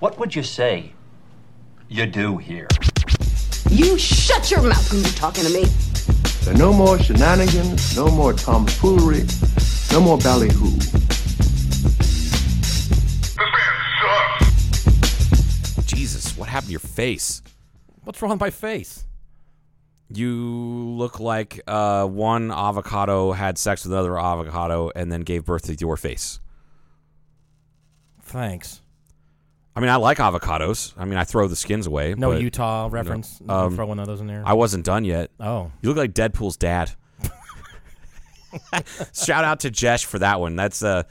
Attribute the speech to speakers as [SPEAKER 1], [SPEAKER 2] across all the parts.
[SPEAKER 1] What would you say you do here?
[SPEAKER 2] You shut your mouth when you're talking to me.
[SPEAKER 3] There are no more shenanigans, no more tomfoolery, no more ballyhoo.
[SPEAKER 4] Jesus, what happened to your face?
[SPEAKER 5] What's wrong with my face?
[SPEAKER 4] You look like uh, one avocado had sex with another avocado and then gave birth to your face.
[SPEAKER 5] Thanks.
[SPEAKER 4] I mean, I like avocados. I mean, I throw the skins away.
[SPEAKER 5] No
[SPEAKER 4] but
[SPEAKER 5] Utah reference.
[SPEAKER 4] Um,
[SPEAKER 5] throw one of those in there.
[SPEAKER 4] I wasn't done yet.
[SPEAKER 5] oh,
[SPEAKER 4] You look like Deadpool's dad. Shout out to Jesh for that one. That's uh,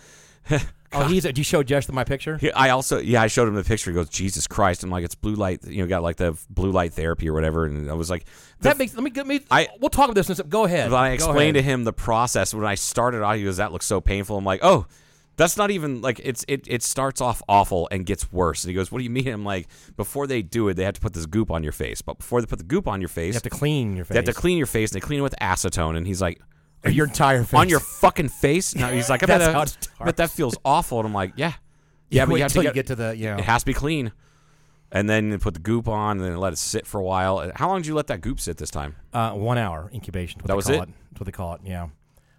[SPEAKER 5] oh, he's. Did you show Josh my picture?
[SPEAKER 4] he- I also yeah, I showed him the picture. He goes, Jesus Christ! I'm like, it's blue light. You know, got like the blue light therapy or whatever. And I was like,
[SPEAKER 5] That makes. Let me. Let me.
[SPEAKER 4] I-
[SPEAKER 5] we'll talk about this. In a sec. Go ahead.
[SPEAKER 4] But I
[SPEAKER 5] Go
[SPEAKER 4] explained to
[SPEAKER 5] ahead.
[SPEAKER 4] him the process when I started out. He goes, "That looks so painful." I'm like, "Oh, that's not even like it's it. It starts off awful and gets worse." And he goes, "What do you mean?" I'm like, "Before they do it, they have to put this goop on your face. But before they put the goop on your face,
[SPEAKER 5] You have to clean your face.
[SPEAKER 4] they have to clean your face. And they clean it with acetone." And he's like,
[SPEAKER 5] Or your entire face.
[SPEAKER 4] on your fucking face?" No, he's like, "I bet
[SPEAKER 5] That's
[SPEAKER 4] that,
[SPEAKER 5] how it starts.
[SPEAKER 4] I bet that feels awful." And I'm like, "Yeah, yeah, but
[SPEAKER 5] wait
[SPEAKER 4] you have
[SPEAKER 5] till
[SPEAKER 4] to
[SPEAKER 5] you get to the, you know.
[SPEAKER 4] it has to be clean." And then they put the goop on, and then let it sit for a while. How long did you let that goop sit this time?
[SPEAKER 5] Uh, one hour incubation. is What
[SPEAKER 4] That
[SPEAKER 5] they
[SPEAKER 4] was
[SPEAKER 5] call
[SPEAKER 4] it?
[SPEAKER 5] That's what they call it. Yeah.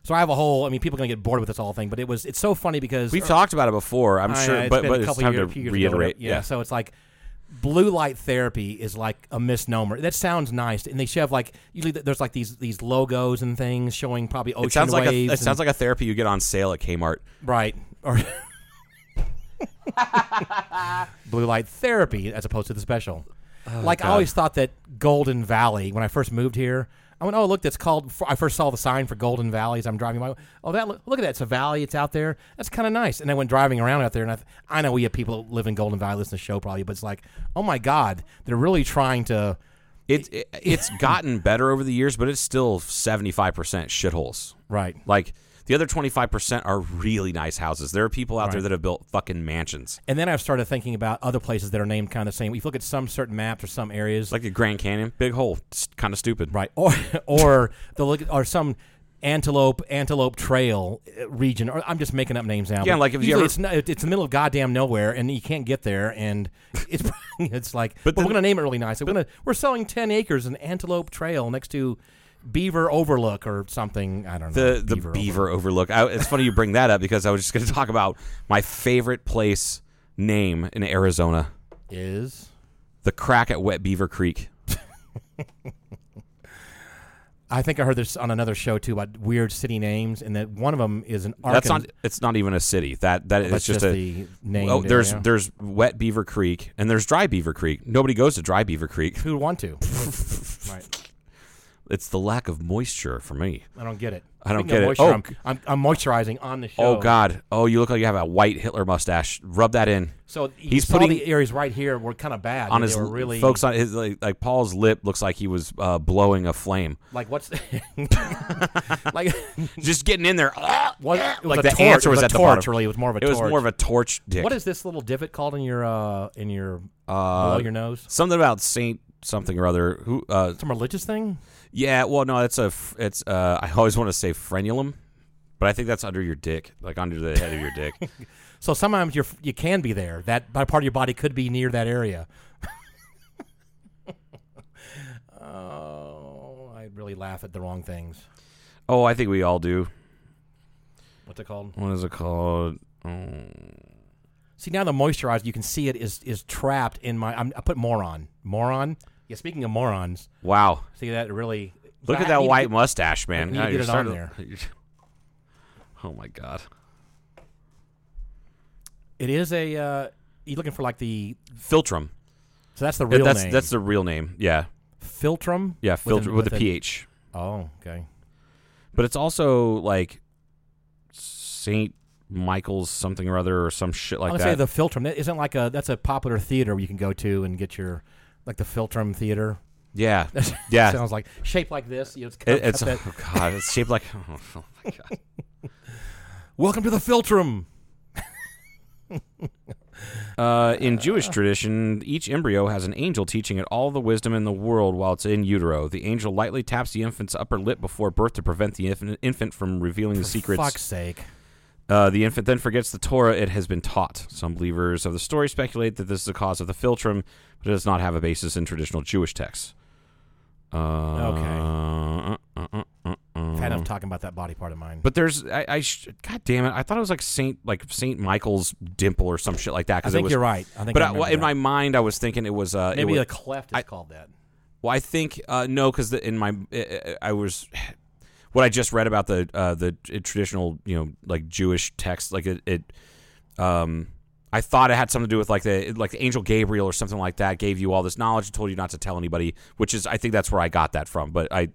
[SPEAKER 5] So I have a whole. I mean, people are gonna get bored with this whole thing, but it was. It's so funny because
[SPEAKER 4] We've talked about it before, I'm
[SPEAKER 5] I- uh,
[SPEAKER 4] sure,
[SPEAKER 5] Oh, it's
[SPEAKER 4] but,
[SPEAKER 5] been a
[SPEAKER 4] but it's
[SPEAKER 5] couple
[SPEAKER 4] time
[SPEAKER 5] year-
[SPEAKER 4] to
[SPEAKER 5] few years ago,
[SPEAKER 4] reiterate.
[SPEAKER 5] whatever. yeah. So it's like blue light therapy is like a misnomer. That sounds nice, and they shove like usually th- there's like these these logos and things showing probably ocean
[SPEAKER 4] It sounds like a,
[SPEAKER 5] waves.
[SPEAKER 4] it sounds like a therapy you get on sale at Kmart.
[SPEAKER 5] right or blue light therapy as opposed to the special. like I always thought that Golden Valley when I first moved here. I went, oh look, that's called. I first saw the sign for Golden Valley as I'm driving by. Oh, that look, look at that! It's a valley. It's out there. That's kind of nice. And I went driving around out there, and I, th- I know we have people that live in Golden Valley listen to the show probably, but it's like, oh my god, they're really trying to.
[SPEAKER 4] It, it it's gotten better over the years, but it's still seventy five percent shitholes.
[SPEAKER 5] Right.
[SPEAKER 4] Like the other twenty five percent are really nice houses. There are people out there that have built fucking mansions,
[SPEAKER 5] And then I've started thinking about other places that are named kind of the same. If you look at some certain maps or some areas,
[SPEAKER 4] like the Grand Canyon, big hole, kind of stupid.
[SPEAKER 5] Right. Or or the look or some antelope antelope trail uh, region or I'm just making up names now.
[SPEAKER 4] Yeah,
[SPEAKER 5] but
[SPEAKER 4] like if you
[SPEAKER 5] usually
[SPEAKER 4] ever-
[SPEAKER 5] it's not, it's the middle of goddamn nowhere and you can't get there and it's it's like but
[SPEAKER 4] But
[SPEAKER 5] we're
[SPEAKER 4] then-
[SPEAKER 5] going to name it really nice. We're going to we're selling 10 acres in Antelope Trail next to Beaver Overlook or something. I don't know.
[SPEAKER 4] The the Beaver, Overlook.
[SPEAKER 5] Overlook.
[SPEAKER 4] I, it's funny you bring that up because I was just going to talk about my favorite place name in Arizona,
[SPEAKER 5] is
[SPEAKER 4] the crack at Wet Beaver Creek.
[SPEAKER 5] I think I heard this on another show too about weird city names and that one of them is an
[SPEAKER 4] That's
[SPEAKER 5] Arkan-
[SPEAKER 4] not. It's not even a city. That that
[SPEAKER 5] that's
[SPEAKER 4] it's just,
[SPEAKER 5] just
[SPEAKER 4] a
[SPEAKER 5] the named
[SPEAKER 4] Oh, there's
[SPEAKER 5] area.
[SPEAKER 4] there's Wet Beaver Creek and there's Dry Beaver Creek. Nobody goes to Dry Beaver Creek.
[SPEAKER 5] who would want to. right.
[SPEAKER 4] It's the lack of moisture for me.
[SPEAKER 5] I don't get it.
[SPEAKER 4] I don't
[SPEAKER 5] Speaking of
[SPEAKER 4] get it. Oh,
[SPEAKER 5] moisture, I'm, I'm, I'm moisturizing on the show.
[SPEAKER 4] Oh God. Oh, you look like you have a white Hitler mustache. Rub that in.
[SPEAKER 5] So
[SPEAKER 4] He's
[SPEAKER 5] he's
[SPEAKER 4] putting-
[SPEAKER 5] putting the areas right here were kind of bad.
[SPEAKER 4] on
[SPEAKER 5] They
[SPEAKER 4] his
[SPEAKER 5] were really
[SPEAKER 4] folks on his like, like Paul's lip looks like he was uh, blowing a flame.
[SPEAKER 5] like what's like
[SPEAKER 4] Just getting in there.
[SPEAKER 5] what, it was
[SPEAKER 4] like
[SPEAKER 5] a
[SPEAKER 4] the
[SPEAKER 5] torch,
[SPEAKER 4] answer
[SPEAKER 5] it
[SPEAKER 4] was,
[SPEAKER 5] a
[SPEAKER 4] at the
[SPEAKER 5] torch,
[SPEAKER 4] bottom.
[SPEAKER 5] Really, it was more of a
[SPEAKER 4] It was
[SPEAKER 5] torch.
[SPEAKER 4] more of a torch dick.
[SPEAKER 5] what is this little divot called in your uh in your
[SPEAKER 4] Uh,
[SPEAKER 5] below your nose?
[SPEAKER 4] something about Saint something or other? Who? Uh,
[SPEAKER 5] Some religious thing?
[SPEAKER 4] yeah. Well, no. It's a. f- It's. Uh, I always want to say frenulum, but I think that's under your dick, like under the head of your dick.
[SPEAKER 5] So sometimes you're you can be there. That that part of your body could be near that area. oh, I really laugh at the wrong things.
[SPEAKER 4] Oh, I think we all do.
[SPEAKER 5] What's it called?
[SPEAKER 4] What is it called? Oh.
[SPEAKER 5] See now the moisturizer, you can see it is is trapped in my. I'm, I put moron, moron. Yeah, speaking of morons,
[SPEAKER 4] Wow.
[SPEAKER 5] see that really.
[SPEAKER 4] Look
[SPEAKER 5] I
[SPEAKER 4] at that
[SPEAKER 5] need to
[SPEAKER 4] white
[SPEAKER 5] get-
[SPEAKER 4] mustache, man.
[SPEAKER 5] need to
[SPEAKER 4] Now
[SPEAKER 5] get
[SPEAKER 4] you're
[SPEAKER 5] it
[SPEAKER 4] starting
[SPEAKER 5] on
[SPEAKER 4] to- Oh my god.
[SPEAKER 5] it is a. Uh, you looking for like the?
[SPEAKER 4] Uh, Filtrum.
[SPEAKER 5] So that's the
[SPEAKER 4] Yeah,
[SPEAKER 5] real
[SPEAKER 4] that's
[SPEAKER 5] name.
[SPEAKER 4] that's the real name. Yeah.
[SPEAKER 5] filtrum.
[SPEAKER 4] Yeah,
[SPEAKER 5] an-
[SPEAKER 4] filtrum with, a
[SPEAKER 5] an-
[SPEAKER 4] ph.
[SPEAKER 5] Oh, okay.
[SPEAKER 4] But it's also like St. Michael's something or other or some shit like
[SPEAKER 5] I'm gonna
[SPEAKER 4] that.
[SPEAKER 5] say the filtrum. That isn't like a. That's a popular theater you can go to and get your, like the filtrum theater.
[SPEAKER 4] yeah. Yeah.
[SPEAKER 5] sounds like shaped like this. You know, it's, cut-
[SPEAKER 4] It-
[SPEAKER 5] cut
[SPEAKER 4] it's
[SPEAKER 5] that.
[SPEAKER 4] oh god, it's shaped like oh, my god.
[SPEAKER 5] Welcome to the filtrum.
[SPEAKER 4] Uh, in Jewish tradition, each embryo has an angel teaching it all the wisdom in the world while it's in utero. The angel lightly taps the infant's upper lip before birth to prevent the infant, infant from revealing the secrets.
[SPEAKER 5] Fuck's sake.
[SPEAKER 4] Uh, the infant then forgets the Torah it has been taught. Some believers of the story speculate that this is the cause of the philtrum, but it does not have a basis in traditional Jewish texts. Uh, okay.
[SPEAKER 5] I've had
[SPEAKER 4] Mm-hmm.
[SPEAKER 5] enough talking about that body part of mine.
[SPEAKER 4] uh, But there's, I, I sh- God damn it, I thought it was like Saint, like Saint Michael's dimple or some shit like that.
[SPEAKER 5] I
[SPEAKER 4] 'cause it
[SPEAKER 5] think
[SPEAKER 4] was,
[SPEAKER 5] you're right. I think
[SPEAKER 4] But
[SPEAKER 5] I
[SPEAKER 4] I-
[SPEAKER 5] remember
[SPEAKER 4] in
[SPEAKER 5] that.
[SPEAKER 4] my mind, I was thinking it was, uh, it
[SPEAKER 5] maybe
[SPEAKER 4] was,
[SPEAKER 5] a cleft is called that.
[SPEAKER 4] well, I think uh, no, because in my uh, uh, I was what I just read about the uh, the traditional you know like Jewish text like it, it um I thought it had something to do with like the like the angel Gabriel or something like that gave you all this knowledge and told you not to tell anybody, which is I think that's where I got that from. But I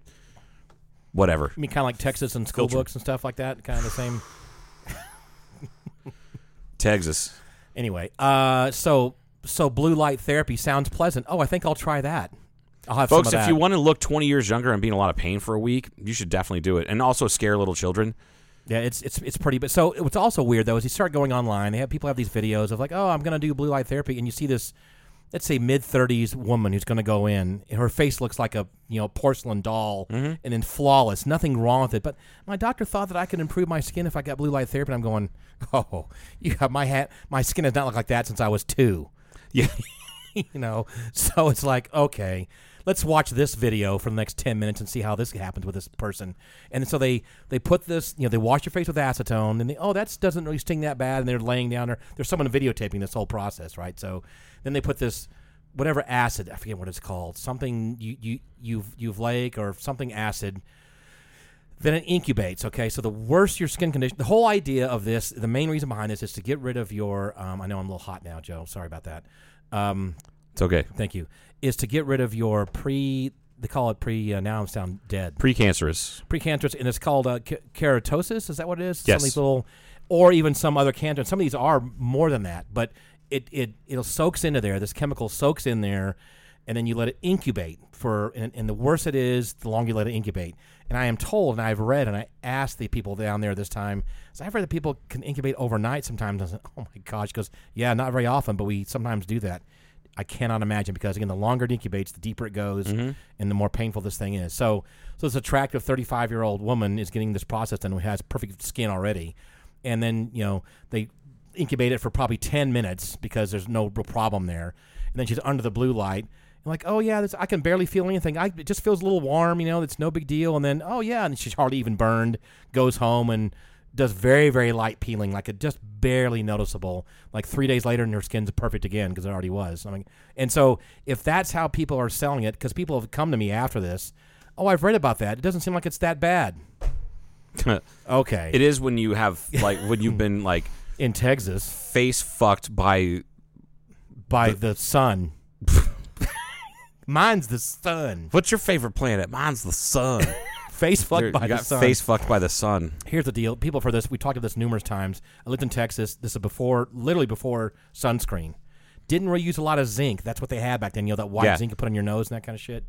[SPEAKER 4] whatever.
[SPEAKER 5] I mean, kind of like Texas and school
[SPEAKER 4] Filter.
[SPEAKER 5] books and stuff like that. Kind of the same.
[SPEAKER 4] Texas.
[SPEAKER 5] Anyway, uh, so so blue light therapy sounds pleasant. Oh, I think I'll try that. I'll have
[SPEAKER 4] Folks,
[SPEAKER 5] some of
[SPEAKER 4] if
[SPEAKER 5] that.
[SPEAKER 4] you want to look 20 years younger and be in a lot of pain for a week, you should definitely do it. And also scare little children.
[SPEAKER 5] Yeah, it's it's it's pretty. But so what's also weird though is you start going online. They have people have these videos of like, oh, I'm gonna do blue light therapy, and you see this, let's say mid 30s woman who's gonna go in. and Her face looks like a you know porcelain doll, and then flawless, nothing wrong with it. But my doctor thought that I could improve my skin if I got blue light therapy. And I'm going, oh, you have my hat. My skin has not looked like that since I was two.
[SPEAKER 4] Yeah.
[SPEAKER 5] you know so it's like okay let's watch this video for the next 10 minutes and see how this happens with this person and so they they put this you know they wash your face with acetone and they oh that doesn't really sting that bad and they're laying down there there's someone videotaping this whole process right so then they put this whatever acid i forget what it's called something you you you've you've lake or something acid then it incubates. Okay, so the worse your skin condition, the whole idea of this, the main reason behind this is to get rid of your. Um, I know I'm a little hot now, Joe. Sorry about that. Um,
[SPEAKER 4] It's okay.
[SPEAKER 5] thank you, is to get rid of your pre. They call it pre. Uh, now I'm sound dead.
[SPEAKER 4] Precancerous.
[SPEAKER 5] Precancerous, and it's called uh, ke- keratosis. Is that what it is? Some
[SPEAKER 4] Yes.
[SPEAKER 5] of these little, or even some other cancer. Some of these are more than that, but it it it soaks into there. This chemical soaks in there, and then you let it incubate for. And, and the worse it is, the longer you let it incubate. And I am told, and I've read, and I asked the people down there this time. So I've read that people can incubate overnight sometimes. I was like, oh my gosh, because yeah, not very often, but we sometimes do that. I cannot imagine because again, the longer it incubates, the deeper it goes, and the more painful this thing is. So, so this attractive 35 year old woman is getting this processed and who has perfect skin already, and then you know they incubate it for probably 10 minutes because there's no real problem there, and then she's under the blue light. And like, oh yeah, this, I can barely feel anything. I it just feels a little warm, you know. It's no big deal. And then, oh yeah, and she's hardly even burned. Goes home and does very very light peeling, like it just barely noticeable. Like three days later, and her skin's perfect again because it already was. I mean, and so if that's how people are selling it, because people have come to me after this, oh, I've read about that. It doesn't seem like it's that bad. Okay,
[SPEAKER 4] It is when you have like when you've been like
[SPEAKER 5] in Texas
[SPEAKER 4] face fucked by
[SPEAKER 5] by the sun. Mine's the sun.
[SPEAKER 4] what's your favorite planet? Mine's the sun.
[SPEAKER 5] Face
[SPEAKER 4] You're-
[SPEAKER 5] fucked by
[SPEAKER 4] you
[SPEAKER 5] the
[SPEAKER 4] got
[SPEAKER 5] sun.
[SPEAKER 4] face fucked by the sun.
[SPEAKER 5] here's the deal people for this we talked about this numerous times i lived in texas this is before literally before sunscreen didn't really use a lot of zinc that's what they had back then you know that white
[SPEAKER 4] Yeah.
[SPEAKER 5] zinc you put on your nose and that kind of shit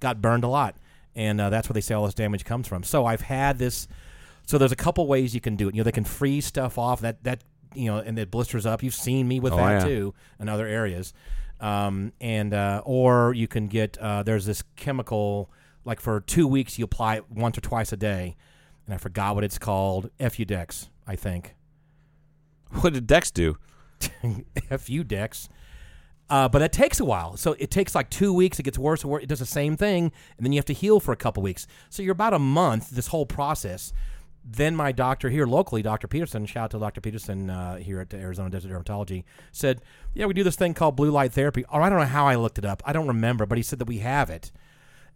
[SPEAKER 5] got burned a lot and uh, that's where they say all this damage comes from so i've had this so there's a couple ways you can do it you know they can freeze stuff off that that you know and it blisters up you've seen me with
[SPEAKER 4] Oh,
[SPEAKER 5] that
[SPEAKER 4] yeah.
[SPEAKER 5] too in other areas um, and uh, or you can get uh, there's this chemical like for two weeks you apply it once or twice a day and I forgot what it's called. Fudex, I think.
[SPEAKER 4] What did Dex do?
[SPEAKER 5] Fudex. Uh, but that takes a while. So it takes like two weeks. It gets worse and worse. It does the same thing, and then you have to heal for a couple weeks. So you're about a month this whole process. Then my doctor here locally, Dr. Peterson, shout out to Dr. Peterson uh, here at Arizona Desert Dermatology, said, "Yeah, we do this thing called blue light therapy." Or I don't know how I looked it up. I don't remember, but he said that we have it.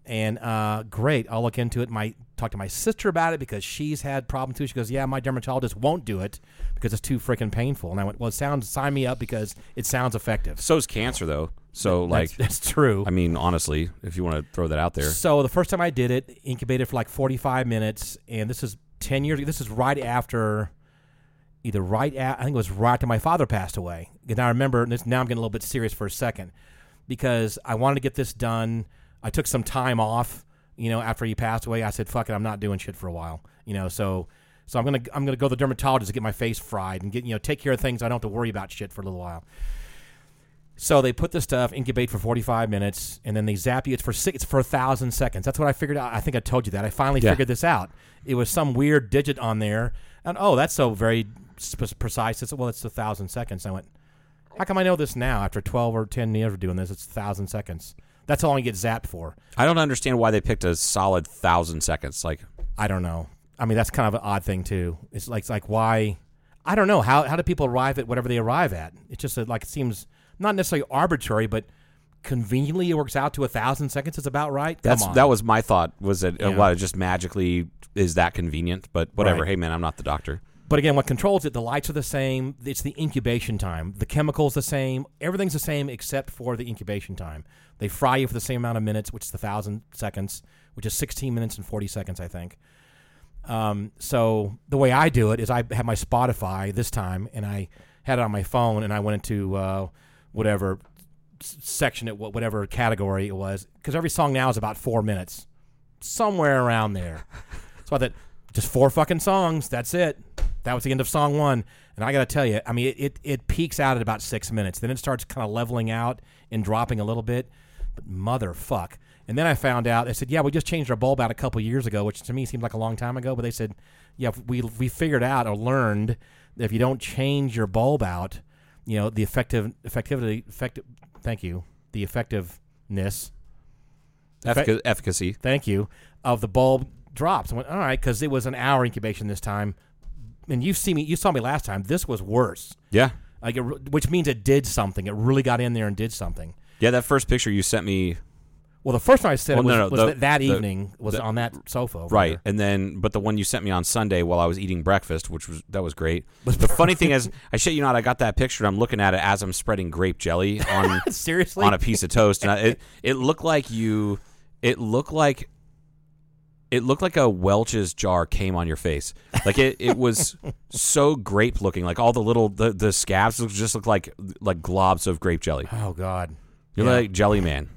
[SPEAKER 5] and uh, great. I'll look into it. My talk to my sister about it because she's had problems too. She goes, yeah, my dermatologist won't do it because it's too freaking painful. And I went, well, it sounds sign me up because it sounds effective.
[SPEAKER 4] So's cancer though. So like,
[SPEAKER 5] that's, that's true.
[SPEAKER 4] I mean, honestly, if you want to throw that out there,
[SPEAKER 5] So the first time I did it, incubated for like 45 minutes, and this is 10 years. This is right after, either right at, I think it was right after my father passed away. And I remember and this. Now I'm getting a little bit serious for a second, because I wanted to get this done. I took some time off, you know, after he passed away. I said, "Fuck it, I'm not doing shit for a while," you know. So, so I'm gonna I'm gonna go to the dermatologist to get my face fried and get you know take care of things I don't have to worry about shit for a little while. So they put the stuff, incubate for 45 minutes, and then they zap you. It's for six, it's for a thousand seconds. That's what I figured out. I think I told you that. I finally
[SPEAKER 4] Yeah.
[SPEAKER 5] figured this out. It was some weird digit on there. And oh, that's so very sp- precise. It's well, it's a thousand seconds. And I went, how come I know this now after twelve or ten years of doing this? It's a thousand seconds. That's how long you get zapped for.
[SPEAKER 4] I don't understand why they picked a solid thousand seconds. Like,
[SPEAKER 5] I don't know. I mean, that's kind of an odd thing too. It's like, it's like why? I don't know. How how do people arrive at whatever they arrive at? It's just that, like it seems not necessarily arbitrary, but conveniently it works out to a thousand seconds. It's about right. Come
[SPEAKER 4] that's
[SPEAKER 5] on.
[SPEAKER 4] that was my thought. Was that uh,
[SPEAKER 5] Yeah.
[SPEAKER 4] well, it just magically is that convenient? But whatever.
[SPEAKER 5] Right.
[SPEAKER 4] Hey, man, I'm not the doctor.
[SPEAKER 5] But again, what controls it? The lights are the same. It's the incubation time. The chemicals the same. Everything's the same except for the incubation time. They fry you for the same amount of minutes, which is the thousand seconds, which is sixteen minutes and forty seconds, I think. Um, so the way I do it is I have my Spotify this time, and I had it on my phone, and I went into uh, whatever s- section it wa- whatever category it was, because every song now is about four minutes, somewhere around there. So I thought, just four fucking songs. That's it. That was the end of song one. And I got to tell you, I mean, it, it, it peaks out at about six minutes. Then it starts kind of leveling out and dropping a little bit. But motherfuck. And then I found out, they said, yeah, we just changed our bulb out a couple years ago, which to me seemed like a long time ago. But they said, yeah, we, we figured out or learned that if you don't change your bulb out, you know, the effective, effectivity, effective, thank you, the effectiveness
[SPEAKER 4] Effica- efficacy.
[SPEAKER 5] thank you, of the bulb drops. I went, all right, because it was an hour incubation this time, and you see me, you saw me last time. This was worse,
[SPEAKER 4] Yeah,
[SPEAKER 5] like it, re- which means it did something. It really got in there and did something.
[SPEAKER 4] yeah. That first picture you sent me,
[SPEAKER 5] Well, the first one I said
[SPEAKER 4] Well,
[SPEAKER 5] was,
[SPEAKER 4] no, no,
[SPEAKER 5] was
[SPEAKER 4] the-
[SPEAKER 5] that, that
[SPEAKER 4] the-
[SPEAKER 5] evening was
[SPEAKER 4] the-
[SPEAKER 5] on that sofa, over
[SPEAKER 4] right?
[SPEAKER 5] there.
[SPEAKER 4] And then, but the one you sent me on Sunday while I was eating breakfast, which was that was great. the funny thing is, I shit you not, I got that picture. and I'm looking at it as I'm spreading grape jelly on
[SPEAKER 5] Seriously,
[SPEAKER 4] on a piece of toast, and I, it it looked like you. It looked like. It looked like a Welch's jar came on your face. Like it, it was so grape looking. Like all the little the, the scabs look- just looked like like globs of grape jelly.
[SPEAKER 5] oh god.
[SPEAKER 4] You look like Jelly Man.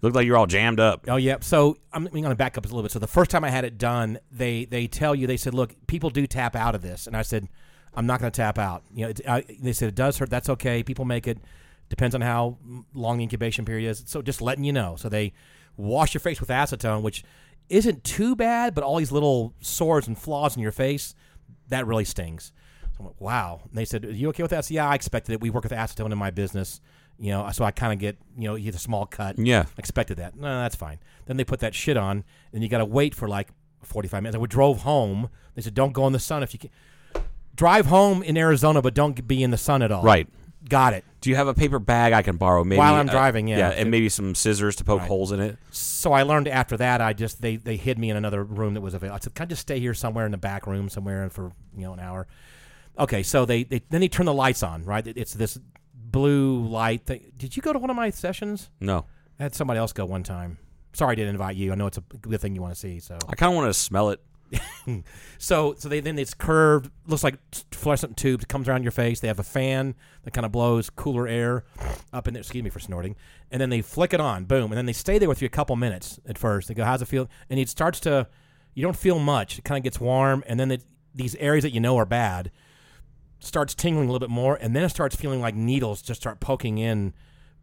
[SPEAKER 4] Looked like you're all jammed up.
[SPEAKER 5] Oh yeah. So I'm, I'm going to back up a little bit. So the first time I had it done, they they tell you they said, look, people do tap out of this, and I said, I'm not going to tap out. You know, it, I, they said it does hurt. That's okay. People make it. Depends on how long the incubation period is. So just letting you know. So they wash your face with acetone, which isn't too bad, but all these little sores and flaws in your face, that really stings. So I'm like, wow. And they said, Are you okay with that? I said, yeah, I expected it. We work with acetone in my business. You know, so I kind of get, you know, you get a small cut.
[SPEAKER 4] Yeah.
[SPEAKER 5] Expected that. No, that's fine. Then they put that shit on, and you got to wait for like 45 minutes. I drove home. They said, don't go in the sun if you can. Drive home in Arizona, but don't be in the sun at all.
[SPEAKER 4] Right.
[SPEAKER 5] Got it.
[SPEAKER 4] Do you have a paper bag I can borrow? Maybe
[SPEAKER 5] While I'm
[SPEAKER 4] uh,
[SPEAKER 5] driving, yeah.
[SPEAKER 4] yeah, and maybe some scissors to poke holes in it.
[SPEAKER 5] So I learned after that, I just they they hid me in another room that was available. I said, "Can I just stay here somewhere in the back room somewhere for you know an hour?" Okay, so they, they then they turn the lights on. Right, It- it's this blue light thing. Did you go to one of my sessions?
[SPEAKER 4] No,
[SPEAKER 5] I had somebody else go one time. Sorry, I didn't invite you. I know it's a good thing you want to see. So
[SPEAKER 4] I kind of wanted to smell it.
[SPEAKER 5] so so they then it's curved, looks like fluorescent tubes, comes around your face. They have a fan that kind of blows cooler air up in there. Excuse me for snorting. And then they flick it on, boom, and then they stay there with you a couple minutes at first. They go, "How's it feel?" And it starts to, you don't feel much. It kind of gets warm, and then it, these areas that you know are bad starts tingling a little bit more, and then it starts feeling like needles just start poking in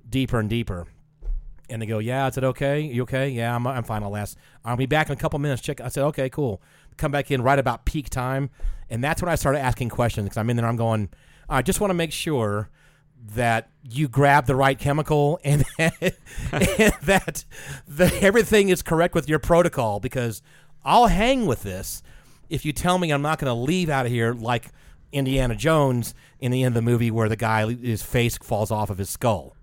[SPEAKER 5] deeper and deeper. And they go, "Yeah, I said okay. You okay? Yeah, I'm, I'm fine. I'll last. I'll be back in a couple minutes. Check." I said, "Okay, cool." Come back in right about peak time, and that's when I started asking questions because I'm in there. I'm going, "I just want to make sure that you grab the right chemical and, and that, that everything is correct with your protocol because I'll hang with this if you tell me I'm not going to leave out of here like Indiana Jones in the end of the movie where the guy his face falls off of his skull."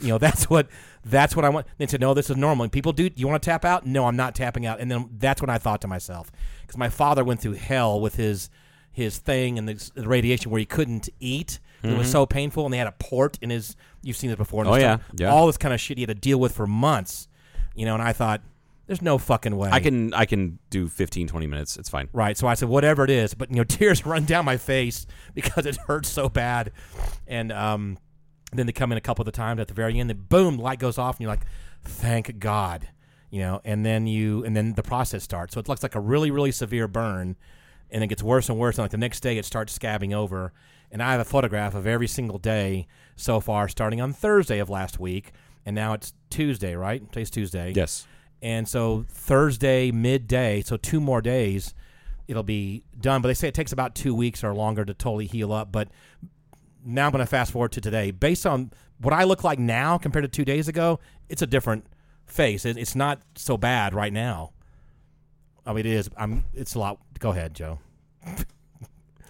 [SPEAKER 5] you know that's what that's what I want. They said, "No, this is normal." And people do. You want to tap out? No, I'm not tapping out. And then that's when I thought to myself, because my father went through hell with his his thing and the, the radiation where he couldn't eat. It was so painful, and they had a port in his. You've seen this before. in his
[SPEAKER 4] Mm-hmm. Oh, yeah.
[SPEAKER 5] stomach.
[SPEAKER 4] Yeah.
[SPEAKER 5] All this kind of shit he had to deal with for months, you know. And I thought, there's no fucking way
[SPEAKER 4] I can I can do 15, 20 minutes. It's fine.
[SPEAKER 5] Right. So I said, whatever it is, but you know, tears run down my face because it hurts so bad. And um, then they come in a couple of the times at the very end. Then boom, light goes off, and you're like, thank God, you know. And then you, and then the process starts. So it looks like a really, really severe burn, and it gets worse and worse. And like the next day, it starts scabbing over. And I have a photograph of every single day so far, starting on Thursday of last week, and now it's Tuesday, right? Today's Tuesday.
[SPEAKER 4] Yes.
[SPEAKER 5] And so Thursday midday, so two more days, it'll be done. But they say it takes about two weeks or longer to totally heal up. But now I'm going to fast forward to today. Based on what I look like now compared to two days ago, it's a different face. It, it's not so bad right now. I mean, it is. I'm. It's a lot. Go ahead, Joe.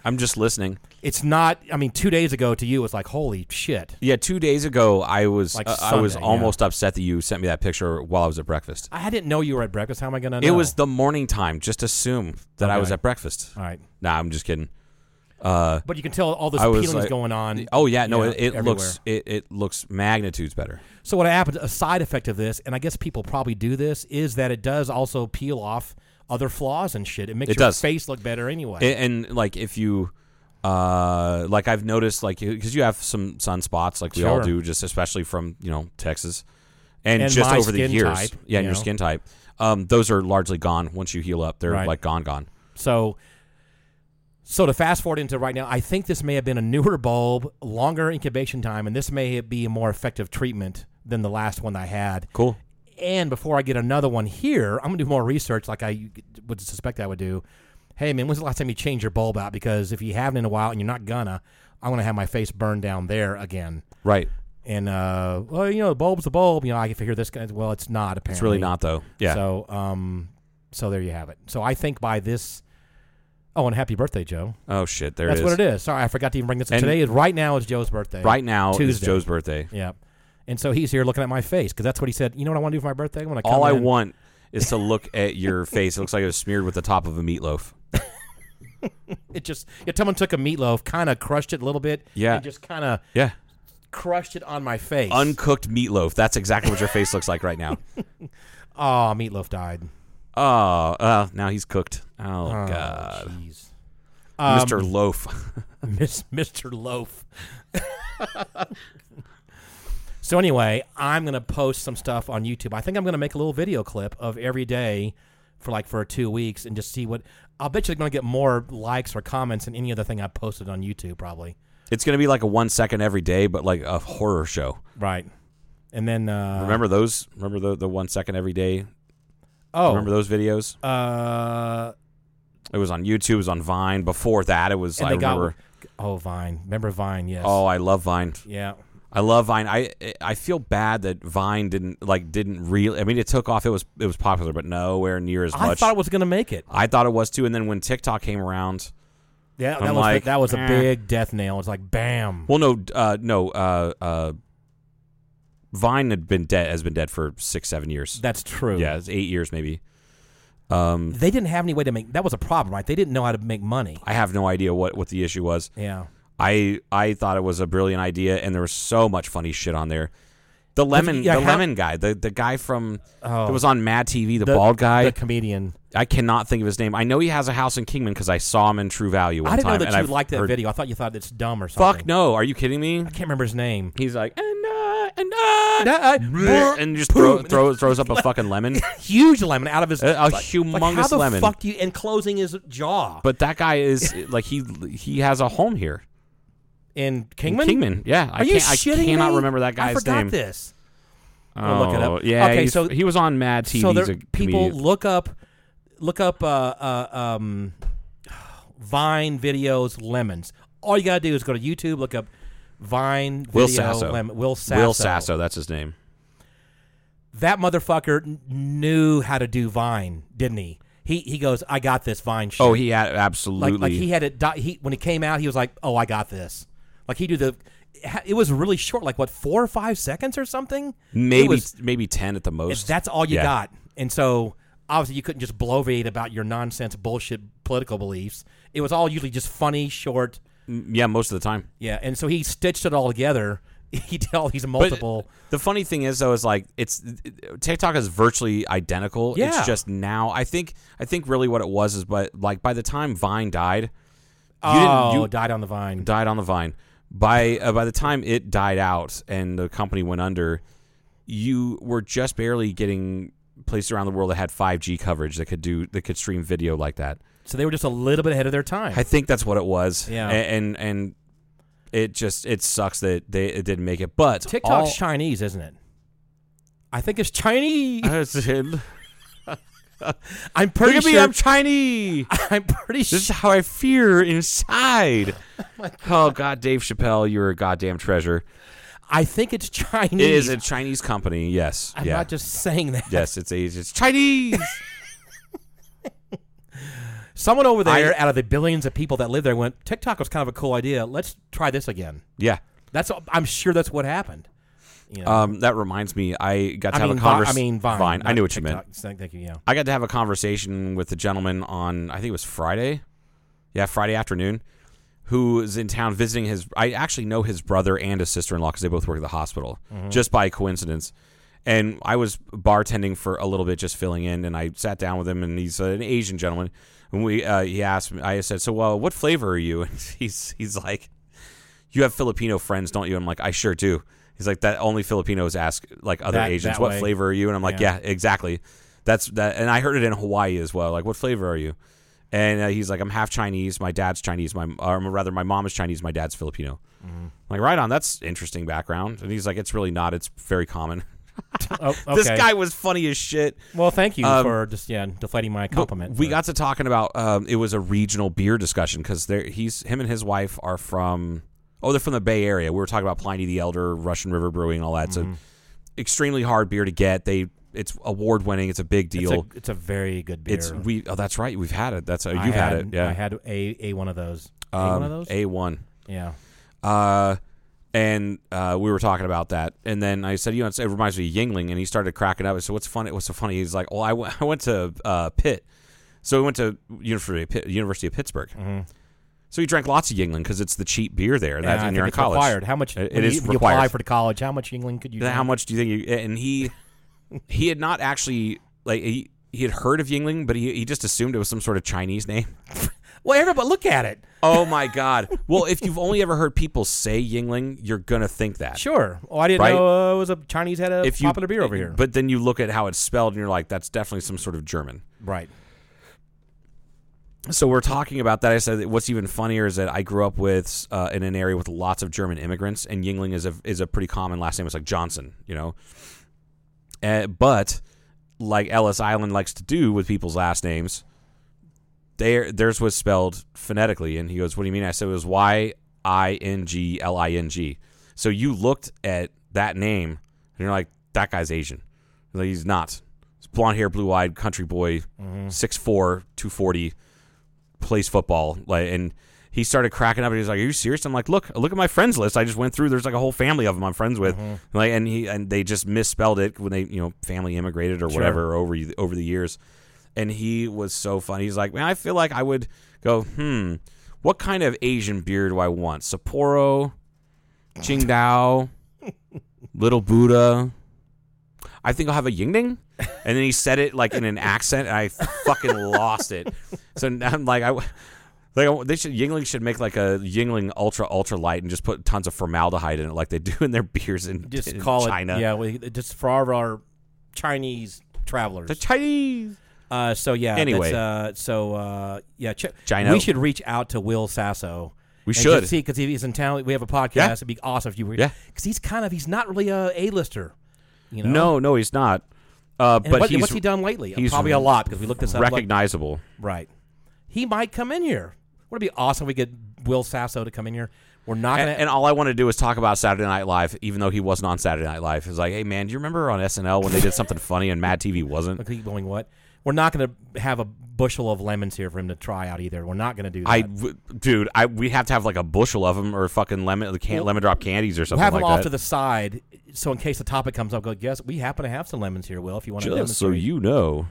[SPEAKER 4] I'm just listening.
[SPEAKER 5] It's not. I mean, two days ago to you was like, holy shit.
[SPEAKER 4] Yeah, two days ago I was
[SPEAKER 5] Like
[SPEAKER 4] uh, I was
[SPEAKER 5] Sunday, yeah.
[SPEAKER 4] almost upset that you sent me that picture while I was at breakfast.
[SPEAKER 5] I didn't know you were at breakfast. How am I going to know?
[SPEAKER 4] It was the morning time. Just assume that I was
[SPEAKER 5] Okay. Uh,
[SPEAKER 4] at breakfast.
[SPEAKER 5] all right.
[SPEAKER 4] Nah, I'm just kidding.
[SPEAKER 5] But you can tell all this
[SPEAKER 4] I was
[SPEAKER 5] peeling's
[SPEAKER 4] like-
[SPEAKER 5] going on.
[SPEAKER 4] Oh yeah, no,
[SPEAKER 5] you know,
[SPEAKER 4] it, it
[SPEAKER 5] everywhere.
[SPEAKER 4] looks it, it looks magnitudes better.
[SPEAKER 5] So what happens? A side effect of this, and I guess people probably do this, is that it does also peel off other flaws and shit. It makes
[SPEAKER 4] It
[SPEAKER 5] your
[SPEAKER 4] does.
[SPEAKER 5] face look better anyway.
[SPEAKER 4] And, and like if you, uh, like I've noticed, like because you have some sunspots, like we all
[SPEAKER 5] Sure.
[SPEAKER 4] do, just especially from you know Texas, and,
[SPEAKER 5] And
[SPEAKER 4] just
[SPEAKER 5] my
[SPEAKER 4] over the
[SPEAKER 5] skin
[SPEAKER 4] years,
[SPEAKER 5] type,
[SPEAKER 4] yeah, and
[SPEAKER 5] you
[SPEAKER 4] your
[SPEAKER 5] know.
[SPEAKER 4] skin type, um, those are largely gone once you heal up. They're
[SPEAKER 5] Right.
[SPEAKER 4] like gone, gone.
[SPEAKER 5] so, so to fast forward into right now, I think this may have been a newer bulb, longer incubation time, and this may be a more effective treatment than the last one I had.
[SPEAKER 4] Cool.
[SPEAKER 5] And before I get another one here, I'm gonna do more research, like I would suspect I would do. Hey man, when's the last time you changed your bulb out? Because if you haven't in a while and you're not gonna, I'm gonna have my face burned down there again.
[SPEAKER 4] Right.
[SPEAKER 5] and uh, well, you know, the bulb's a bulb. You know, I can figure this. guy- Well, it's not apparently.
[SPEAKER 4] It's really not though. Yeah.
[SPEAKER 5] So, um, so there you have it. So I think by this. Oh, and happy birthday, Joe.
[SPEAKER 4] oh shit. There
[SPEAKER 5] That's
[SPEAKER 4] it is.
[SPEAKER 5] what it is. Sorry, I forgot to even bring this up.
[SPEAKER 4] And-
[SPEAKER 5] Today is right now is Joe's birthday.
[SPEAKER 4] Right now is
[SPEAKER 5] Tuesday.
[SPEAKER 4] Joe's birthday.
[SPEAKER 5] Yeah. And so he's here looking at my face because that's what he said. You know what I want to do for my birthday? I want to
[SPEAKER 4] All I
[SPEAKER 5] in-
[SPEAKER 4] want is to look at your face. It looks like it was smeared with the top of a meatloaf.
[SPEAKER 5] It just yeah. Someone took a meatloaf, kind of crushed it a little bit.
[SPEAKER 4] Yeah.
[SPEAKER 5] And just kind of
[SPEAKER 4] Yeah.
[SPEAKER 5] crushed it on my face.
[SPEAKER 4] Uncooked meatloaf. That's exactly what your face looks like right now.
[SPEAKER 5] oh, meatloaf died.
[SPEAKER 4] Oh, uh, now he's cooked. Oh,
[SPEAKER 5] Oh, um,
[SPEAKER 4] God.
[SPEAKER 5] jeez.
[SPEAKER 4] Mr. Loaf.
[SPEAKER 5] Miss Mr. Loaf. so anyway, I'm gonna post some stuff on YouTube. I think I'm gonna make a little video clip of every day for like for two weeks and just see what. I'll bet you they're gonna get more likes or comments than any other thing I posted on YouTube, probably.
[SPEAKER 4] it's going to be like a one second every day, but like a horror show.
[SPEAKER 5] Right. And then uh,
[SPEAKER 4] Remember those? Remember the, the one second every day?
[SPEAKER 5] Oh,
[SPEAKER 4] Remember those videos?
[SPEAKER 5] uh,
[SPEAKER 4] It was on YouTube, it was on Vine. Before that, it was,
[SPEAKER 5] and
[SPEAKER 4] I
[SPEAKER 5] they got.
[SPEAKER 4] remember.
[SPEAKER 5] Oh, Vine. Remember Vine? Yes.
[SPEAKER 4] Oh, I love Vine.
[SPEAKER 5] yeah.
[SPEAKER 4] I love Vine. I I feel bad that Vine didn't like didn't really. I mean, it took off. It was it was popular, but nowhere near as
[SPEAKER 5] I
[SPEAKER 4] much.
[SPEAKER 5] thought it was gonna make it.
[SPEAKER 4] I thought it was too. And then when TikTok came around,
[SPEAKER 5] Yeah,
[SPEAKER 4] I'm
[SPEAKER 5] that was
[SPEAKER 4] like,
[SPEAKER 5] that was a
[SPEAKER 4] eh.
[SPEAKER 5] big death nail. It's like bam.
[SPEAKER 4] well, no, uh, no, uh, uh, Vine had been dead has been dead for six seven years.
[SPEAKER 5] That's true.
[SPEAKER 4] Yeah, it's eight years maybe.
[SPEAKER 5] they didn't have any way to make that was a problem right they didn't know how to make money
[SPEAKER 4] I have no idea what what the issue was.
[SPEAKER 5] yeah
[SPEAKER 4] I I thought it was a brilliant idea, and there was so much funny shit on there. The lemon,
[SPEAKER 5] yeah,
[SPEAKER 4] the
[SPEAKER 5] how- Oh.
[SPEAKER 4] lemon guy, the the guy from that was on Mad TV, Oh. the,
[SPEAKER 5] The-
[SPEAKER 4] bald guy.
[SPEAKER 5] the comedian
[SPEAKER 4] I cannot think of his name. I know he has a house in Kingman because I saw him in True Value one
[SPEAKER 5] i didn't
[SPEAKER 4] time.
[SPEAKER 5] know that
[SPEAKER 4] and
[SPEAKER 5] you
[SPEAKER 4] I've
[SPEAKER 5] liked that
[SPEAKER 4] heard-
[SPEAKER 5] video i thought you thought it's dumb or something
[SPEAKER 4] Fuck no! Are you kidding me?
[SPEAKER 5] i can't remember his name
[SPEAKER 4] He's like and uh, and uh,
[SPEAKER 5] And, uh,
[SPEAKER 4] bleh," and just throw,
[SPEAKER 5] boom.
[SPEAKER 4] throw throws up a fucking lemon.
[SPEAKER 5] huge lemon out of his
[SPEAKER 4] A- a
[SPEAKER 5] it's like- it's like,
[SPEAKER 4] humongous
[SPEAKER 5] how the
[SPEAKER 4] lemon.
[SPEAKER 5] fuck do you and closing his jaw
[SPEAKER 4] But that guy is like he he has a home here.
[SPEAKER 5] in
[SPEAKER 4] in
[SPEAKER 5] kingman
[SPEAKER 4] Kingman, yeah.
[SPEAKER 5] are
[SPEAKER 4] I
[SPEAKER 5] you
[SPEAKER 4] can't,
[SPEAKER 5] shitting
[SPEAKER 4] I cannot
[SPEAKER 5] me?
[SPEAKER 4] remember that
[SPEAKER 5] I
[SPEAKER 4] guy's
[SPEAKER 5] forgot
[SPEAKER 4] name.
[SPEAKER 5] this
[SPEAKER 4] Oh,
[SPEAKER 5] look it up.
[SPEAKER 4] Yeah,
[SPEAKER 5] Okay,
[SPEAKER 4] he's-
[SPEAKER 5] so-
[SPEAKER 4] he was on Mad TV.
[SPEAKER 5] so
[SPEAKER 4] he's
[SPEAKER 5] there
[SPEAKER 4] a
[SPEAKER 5] people
[SPEAKER 4] comedian.
[SPEAKER 5] look up look up uh, uh, um, vine videos lemons all you gotta do is go to youtube look up vine
[SPEAKER 4] Will
[SPEAKER 5] video
[SPEAKER 4] Sasso.
[SPEAKER 5] lemon will sasso
[SPEAKER 4] Will Sasso, that's his name.
[SPEAKER 5] that motherfucker kn- knew how to do Vine, didn't he? He he goes, I got this Vine shit.
[SPEAKER 4] Oh, he had absolutely.
[SPEAKER 5] like like he had it. di- He when it came out, he was like, oh, I got this. Like he do the. It was really short, like what four or five seconds or something. It
[SPEAKER 4] maybe
[SPEAKER 5] was-
[SPEAKER 4] maybe ten at the most.
[SPEAKER 5] that's all you
[SPEAKER 4] Yeah.
[SPEAKER 5] got, and so obviously you couldn't just bloviate about your nonsense bullshit political beliefs. It was all usually just funny, short.
[SPEAKER 4] Yeah, most of the time.
[SPEAKER 5] Yeah, and so he stitched it all together. He did all these multiple.
[SPEAKER 4] The funny thing is though is like it's TikTok is virtually identical.
[SPEAKER 5] Yeah.
[SPEAKER 4] It's just now I think I think really what it was is but like by the time Vine died, you
[SPEAKER 5] oh,
[SPEAKER 4] didn't you
[SPEAKER 5] died on the vine.
[SPEAKER 4] died on the Vine. By uh, by the time it died out and the company went under, you were just barely getting places around the world that had 5G coverage that could do that could stream video like that.
[SPEAKER 5] so they were just a little bit ahead of their time.
[SPEAKER 4] I think that's what it was.
[SPEAKER 5] Yeah.
[SPEAKER 4] A- and and, it just it sucks that they it didn't make it. But
[SPEAKER 5] TikTok's
[SPEAKER 4] all- Uh,
[SPEAKER 5] Chinese, isn't it? I think it's Chinese.
[SPEAKER 4] I said-
[SPEAKER 5] I'm
[SPEAKER 4] Look
[SPEAKER 5] pretty
[SPEAKER 4] at
[SPEAKER 5] sure
[SPEAKER 4] me, I'm Chinese.
[SPEAKER 5] I'm pretty sure.
[SPEAKER 4] This is how I fear inside. oh, God, Dave Chappelle, you're a goddamn treasure.
[SPEAKER 5] I think it's Chinese.
[SPEAKER 4] It is a Chinese company. Yes.
[SPEAKER 5] I'm
[SPEAKER 4] yeah.
[SPEAKER 5] not just saying that.
[SPEAKER 4] Yes, it's a, it's Chinese.
[SPEAKER 5] Someone over
[SPEAKER 4] I-
[SPEAKER 5] there, out of the billions of people that live there, went TikTok was kind of a cool idea. Let's try this again.
[SPEAKER 4] yeah.
[SPEAKER 5] That's I'm sure that's what happened. You know,
[SPEAKER 4] Um, that reminds me, I got to
[SPEAKER 5] I
[SPEAKER 4] have
[SPEAKER 5] mean,
[SPEAKER 4] a
[SPEAKER 5] Vi- I
[SPEAKER 4] conversation.
[SPEAKER 5] mean, Vine.
[SPEAKER 4] I
[SPEAKER 5] not
[SPEAKER 4] knew what you
[SPEAKER 5] TikTok.
[SPEAKER 4] meant.
[SPEAKER 5] Thank thank you. Yeah.
[SPEAKER 4] I got to have a conversation with a gentleman on I think it was Friday. Yeah, Friday afternoon, who is in town visiting his I actually know his brother and his sister-in-law cuz they both work at the hospital
[SPEAKER 5] Mm-hmm.
[SPEAKER 4] just by coincidence. And I was bartending for a little bit just filling in and I sat down with him and he's an Asian gentleman and we uh, he asked me I said, "So well, what flavor are you?" And he's he's like you have Filipino friends, don't you? I'm like, I sure do. He's like, that only Filipinos ask like other
[SPEAKER 5] That-
[SPEAKER 4] Asians,
[SPEAKER 5] that
[SPEAKER 4] what
[SPEAKER 5] way.
[SPEAKER 4] flavor are you? And I'm like, yeah. exactly. That's that. And I heard it in Hawaii as well. Like, what flavor are you? And uh, he's like, I'm half Chinese. My dad's Chinese. My or rather, my mom is Chinese. My dad's Filipino.
[SPEAKER 5] Mm-hmm.
[SPEAKER 4] I'm like, right on. That's interesting background. And he's like, it's really not. It's very common.
[SPEAKER 5] Oh,
[SPEAKER 4] This
[SPEAKER 5] okay.
[SPEAKER 4] guy was funny as shit.
[SPEAKER 5] Well, thank you
[SPEAKER 4] Um,
[SPEAKER 5] for just yeah deflating my
[SPEAKER 4] But
[SPEAKER 5] compliment.
[SPEAKER 4] We
[SPEAKER 5] for-
[SPEAKER 4] got to talking about um, it was a regional beer discussion because there he's him and his wife are from oh they're from the Bay Area. We were talking about Pliny the Elder, Russian River Brewing, all that.
[SPEAKER 5] Mm-hmm.
[SPEAKER 4] So extremely hard beer to get. They it's award winning. It's a big
[SPEAKER 5] it's
[SPEAKER 4] deal.
[SPEAKER 5] a, it's a very good beer.
[SPEAKER 4] It's, we oh that's right. We've had it. That's uh, you've
[SPEAKER 5] I
[SPEAKER 4] had, it. Yeah, Um,
[SPEAKER 5] I had a a one of those. a one of those.
[SPEAKER 4] A one.
[SPEAKER 5] yeah.
[SPEAKER 4] Uh, and uh, we were talking about that, and then I said, you know, it's, it reminds me of Yingling, and he started cracking up. I said, what's funny? What's so funny? He's like, well, I went, I went to uh, Pitt, so we went to University of Pitt, University of Pittsburgh.
[SPEAKER 5] Mm-hmm.
[SPEAKER 4] So he drank lots of Yingling because it's the cheap beer there, and,
[SPEAKER 5] Yeah,
[SPEAKER 4] that's,
[SPEAKER 5] I
[SPEAKER 4] and you're
[SPEAKER 5] think
[SPEAKER 4] in
[SPEAKER 5] it's
[SPEAKER 4] college.
[SPEAKER 5] Required. How much?
[SPEAKER 4] It-
[SPEAKER 5] when
[SPEAKER 4] it
[SPEAKER 5] you,
[SPEAKER 4] is
[SPEAKER 5] when you apply
[SPEAKER 4] required.
[SPEAKER 5] for the college. How much England could you?
[SPEAKER 4] Then how
[SPEAKER 5] drink?
[SPEAKER 4] much do you think? You, and he he had not actually like he, he had heard of Yingling, but he he just assumed it was some sort of Chinese name.
[SPEAKER 5] Well, everybody, look at it.
[SPEAKER 4] Oh my god! Well, if you've only ever heard people say Yingling, you're gonna think that.
[SPEAKER 5] Sure. Well, I didn't
[SPEAKER 4] Right?
[SPEAKER 5] know uh, it was a Chinese had a
[SPEAKER 4] if you,
[SPEAKER 5] popular beer over here.
[SPEAKER 4] But then you look at how it's spelled and you're like, that's definitely some sort of German.
[SPEAKER 5] right.
[SPEAKER 4] So we're talking about that. I said that what's even funnier is that I grew up with uh, in an area with lots of German immigrants, and Yingling is a is a pretty common last name. It's like Johnson, you know. Uh, but like Ellis Island likes to do with people's last names, their theirs was spelled phonetically. And he goes, "What do you mean?" I said it was Y I N G L I N G. So you looked at that name and you're like, "That guy's Asian." Like, he's not. He's blonde hair, blue eyed, country boy, six four, two forty, plays football. Like, and he started cracking up. And he was like, "Are you serious?" I'm like, "Look, look at my friends list. I just went through. There's like a whole family of them I'm friends with." Like, and he and they just misspelled it when they, you know, family immigrated or whatever over over the years. And he was so funny. He's like, "Man, I feel like I would go. Hmm, what kind of Asian beer do I want? Sapporo, Qingdao, Little Buddha." I think I'll have a Yingding. And then he said it like in an accent, and I fucking lost it. So now I'm like, I. w- Like I- they should, Yingling should make like a Yingling Ultra Ultra Light and just put tons of formaldehyde in it, like they do in their beers in,
[SPEAKER 5] Just
[SPEAKER 4] in
[SPEAKER 5] call
[SPEAKER 4] China.
[SPEAKER 5] it. Yeah. We, just for all of our Chinese travelers.
[SPEAKER 4] the Chinese.
[SPEAKER 5] Uh, so yeah.
[SPEAKER 4] Anyway.
[SPEAKER 5] that's, uh, so uh, yeah. Ch-
[SPEAKER 4] Chino.
[SPEAKER 5] We should reach out to Will Sasso.
[SPEAKER 4] We
[SPEAKER 5] and
[SPEAKER 4] should.
[SPEAKER 5] just see because he's in town. We have a podcast.
[SPEAKER 4] Yeah.
[SPEAKER 5] It'd be awesome if you were.
[SPEAKER 4] Yeah.
[SPEAKER 5] Because he's kind of he's not really a a lister. You know.
[SPEAKER 4] No, no, he's not. Uh,
[SPEAKER 5] And
[SPEAKER 4] but
[SPEAKER 5] what- and
[SPEAKER 4] he's
[SPEAKER 5] what's he done lately?
[SPEAKER 4] he's
[SPEAKER 5] Probably a lot because we looked this up. like-
[SPEAKER 4] recognizable.
[SPEAKER 5] Right. He might come in here. Would it be awesome if we get Will Sasso to come in here? We're not
[SPEAKER 4] And,
[SPEAKER 5] gonna.
[SPEAKER 4] and all I want to do is talk about Saturday Night Live, even though he wasn't on Saturday Night Live. It's like, hey man, do you remember on SNL when they did something funny and Mad TV wasn't?
[SPEAKER 5] keep going. What? We're not gonna have a bushel of lemons here for him to try out either. We're not gonna do that.
[SPEAKER 4] I, w- dude, I we have to have like a bushel of them or fucking lemon, can, lemon drop candies or
[SPEAKER 5] we'll
[SPEAKER 4] something
[SPEAKER 5] have
[SPEAKER 4] like
[SPEAKER 5] him off
[SPEAKER 4] that.
[SPEAKER 5] to the side, so in case the topic comes up, go. Guess we happen to have some lemons here, Will. If you want to
[SPEAKER 4] Just so you know,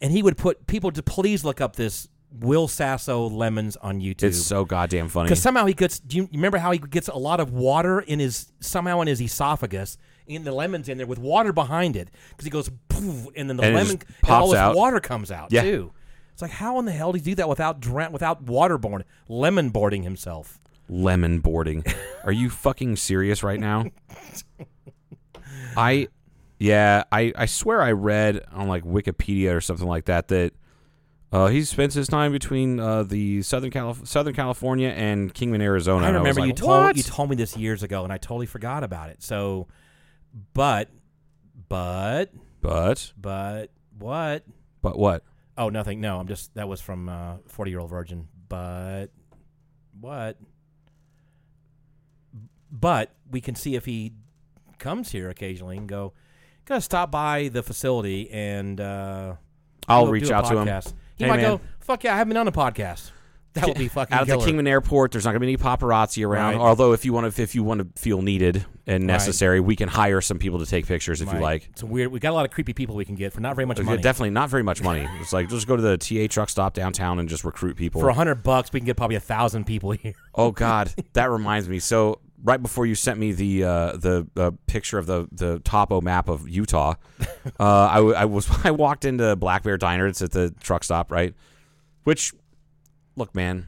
[SPEAKER 5] and he would put people to please look up this Will Sasso lemons on YouTube.
[SPEAKER 4] it's so goddamn funny.
[SPEAKER 5] Because somehow he gets. Do you remember how he gets a lot of water in his somehow in his esophagus, and the lemon's in there with water behind it? Because he goes, poof, and then the
[SPEAKER 4] And it
[SPEAKER 5] lemon
[SPEAKER 4] just
[SPEAKER 5] and all
[SPEAKER 4] pops
[SPEAKER 5] this
[SPEAKER 4] out.
[SPEAKER 5] water comes out
[SPEAKER 4] Yeah.
[SPEAKER 5] too. It's like how in the hell did he do that without dra- without waterborne lemon boarding himself?
[SPEAKER 4] Lemon boarding. Are you fucking serious right now? I, yeah, I, I swear I read on like Wikipedia or something like that that uh, he spends his time between uh, the Southern Calif- Southern California and Kingman, Arizona.
[SPEAKER 5] I
[SPEAKER 4] And
[SPEAKER 5] remember
[SPEAKER 4] was
[SPEAKER 5] you
[SPEAKER 4] like,
[SPEAKER 5] told
[SPEAKER 4] "What?"
[SPEAKER 5] you told me this years ago, and I totally forgot about it. So, but, but,
[SPEAKER 4] but
[SPEAKER 5] but what?
[SPEAKER 4] But what?
[SPEAKER 5] Oh, nothing. No, I'm just that was from uh, 40 year old virgin. But what? But we can see if he comes here occasionally and go. Gotta stop by the facility and uh,
[SPEAKER 4] I'll
[SPEAKER 5] we'll
[SPEAKER 4] reach
[SPEAKER 5] do a
[SPEAKER 4] out to him.
[SPEAKER 5] podcast." He
[SPEAKER 4] Hey,
[SPEAKER 5] might
[SPEAKER 4] man.
[SPEAKER 5] go, "Fuck yeah, I haven't been on a podcast." That would be fucking
[SPEAKER 4] out of the
[SPEAKER 5] killer.
[SPEAKER 4] Kingman Airport. There's not going to be any paparazzi around.
[SPEAKER 5] Right.
[SPEAKER 4] Although, if you want to, if you want to feel needed and necessary, we can hire some people to take pictures if you
[SPEAKER 5] Right.
[SPEAKER 4] like.
[SPEAKER 5] It's a weird. We got a lot of creepy people we can get for not very much
[SPEAKER 4] Yeah,
[SPEAKER 5] money.
[SPEAKER 4] Definitely not very much money. it's like just go to the TA truck stop downtown and just recruit people.
[SPEAKER 5] for a hundred bucks, we can get probably a thousand people here.
[SPEAKER 4] oh God, that reminds me. So right before you sent me the uh, the uh, picture of the the topo map of Utah, uh, I, w- I was I walked into Black Bear Diner. It's at the truck stop, right? Which, look, man,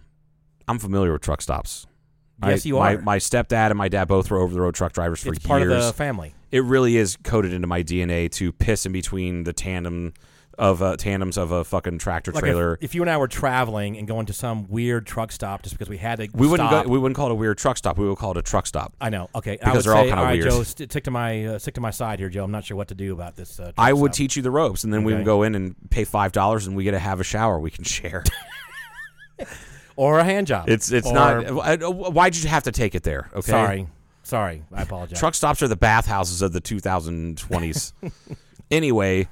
[SPEAKER 4] I'm familiar with truck stops.
[SPEAKER 5] Yes,
[SPEAKER 4] I-
[SPEAKER 5] you
[SPEAKER 4] my-
[SPEAKER 5] are.
[SPEAKER 4] My stepdad and my dad both were over the road truck drivers for
[SPEAKER 5] it's
[SPEAKER 4] years
[SPEAKER 5] part of the family.
[SPEAKER 4] it really is coded into my DNA to piss in between the tandem of uh, tandems of a fucking tractor
[SPEAKER 5] Like if-
[SPEAKER 4] trailer.
[SPEAKER 5] If, you and I were traveling and going to some weird truck stop just because we had to,
[SPEAKER 4] we wouldn't
[SPEAKER 5] stop-
[SPEAKER 4] go, we wouldn't call it a weird truck stop. We would call it a truck stop.
[SPEAKER 5] I know. Okay, I
[SPEAKER 4] Because
[SPEAKER 5] would
[SPEAKER 4] they're all
[SPEAKER 5] say,
[SPEAKER 4] kinda
[SPEAKER 5] right,
[SPEAKER 4] weird.
[SPEAKER 5] Joe, st- stick to my uh, stick to my side here, Joe. I'm not sure what to do about this. Uh, truck
[SPEAKER 4] I would
[SPEAKER 5] stop.
[SPEAKER 4] teach you the ropes, and then we
[SPEAKER 5] Okay.
[SPEAKER 4] would go in and pay five dollars, and we get to have a shower. We can share.
[SPEAKER 5] or a hand job.
[SPEAKER 4] It's it's
[SPEAKER 5] Or-
[SPEAKER 4] not. I- uh, Why'd you have to take it there? Okay.
[SPEAKER 5] Sorry, sorry. I apologize.
[SPEAKER 4] Truck stops are the bathhouses of the 2020s. anyway,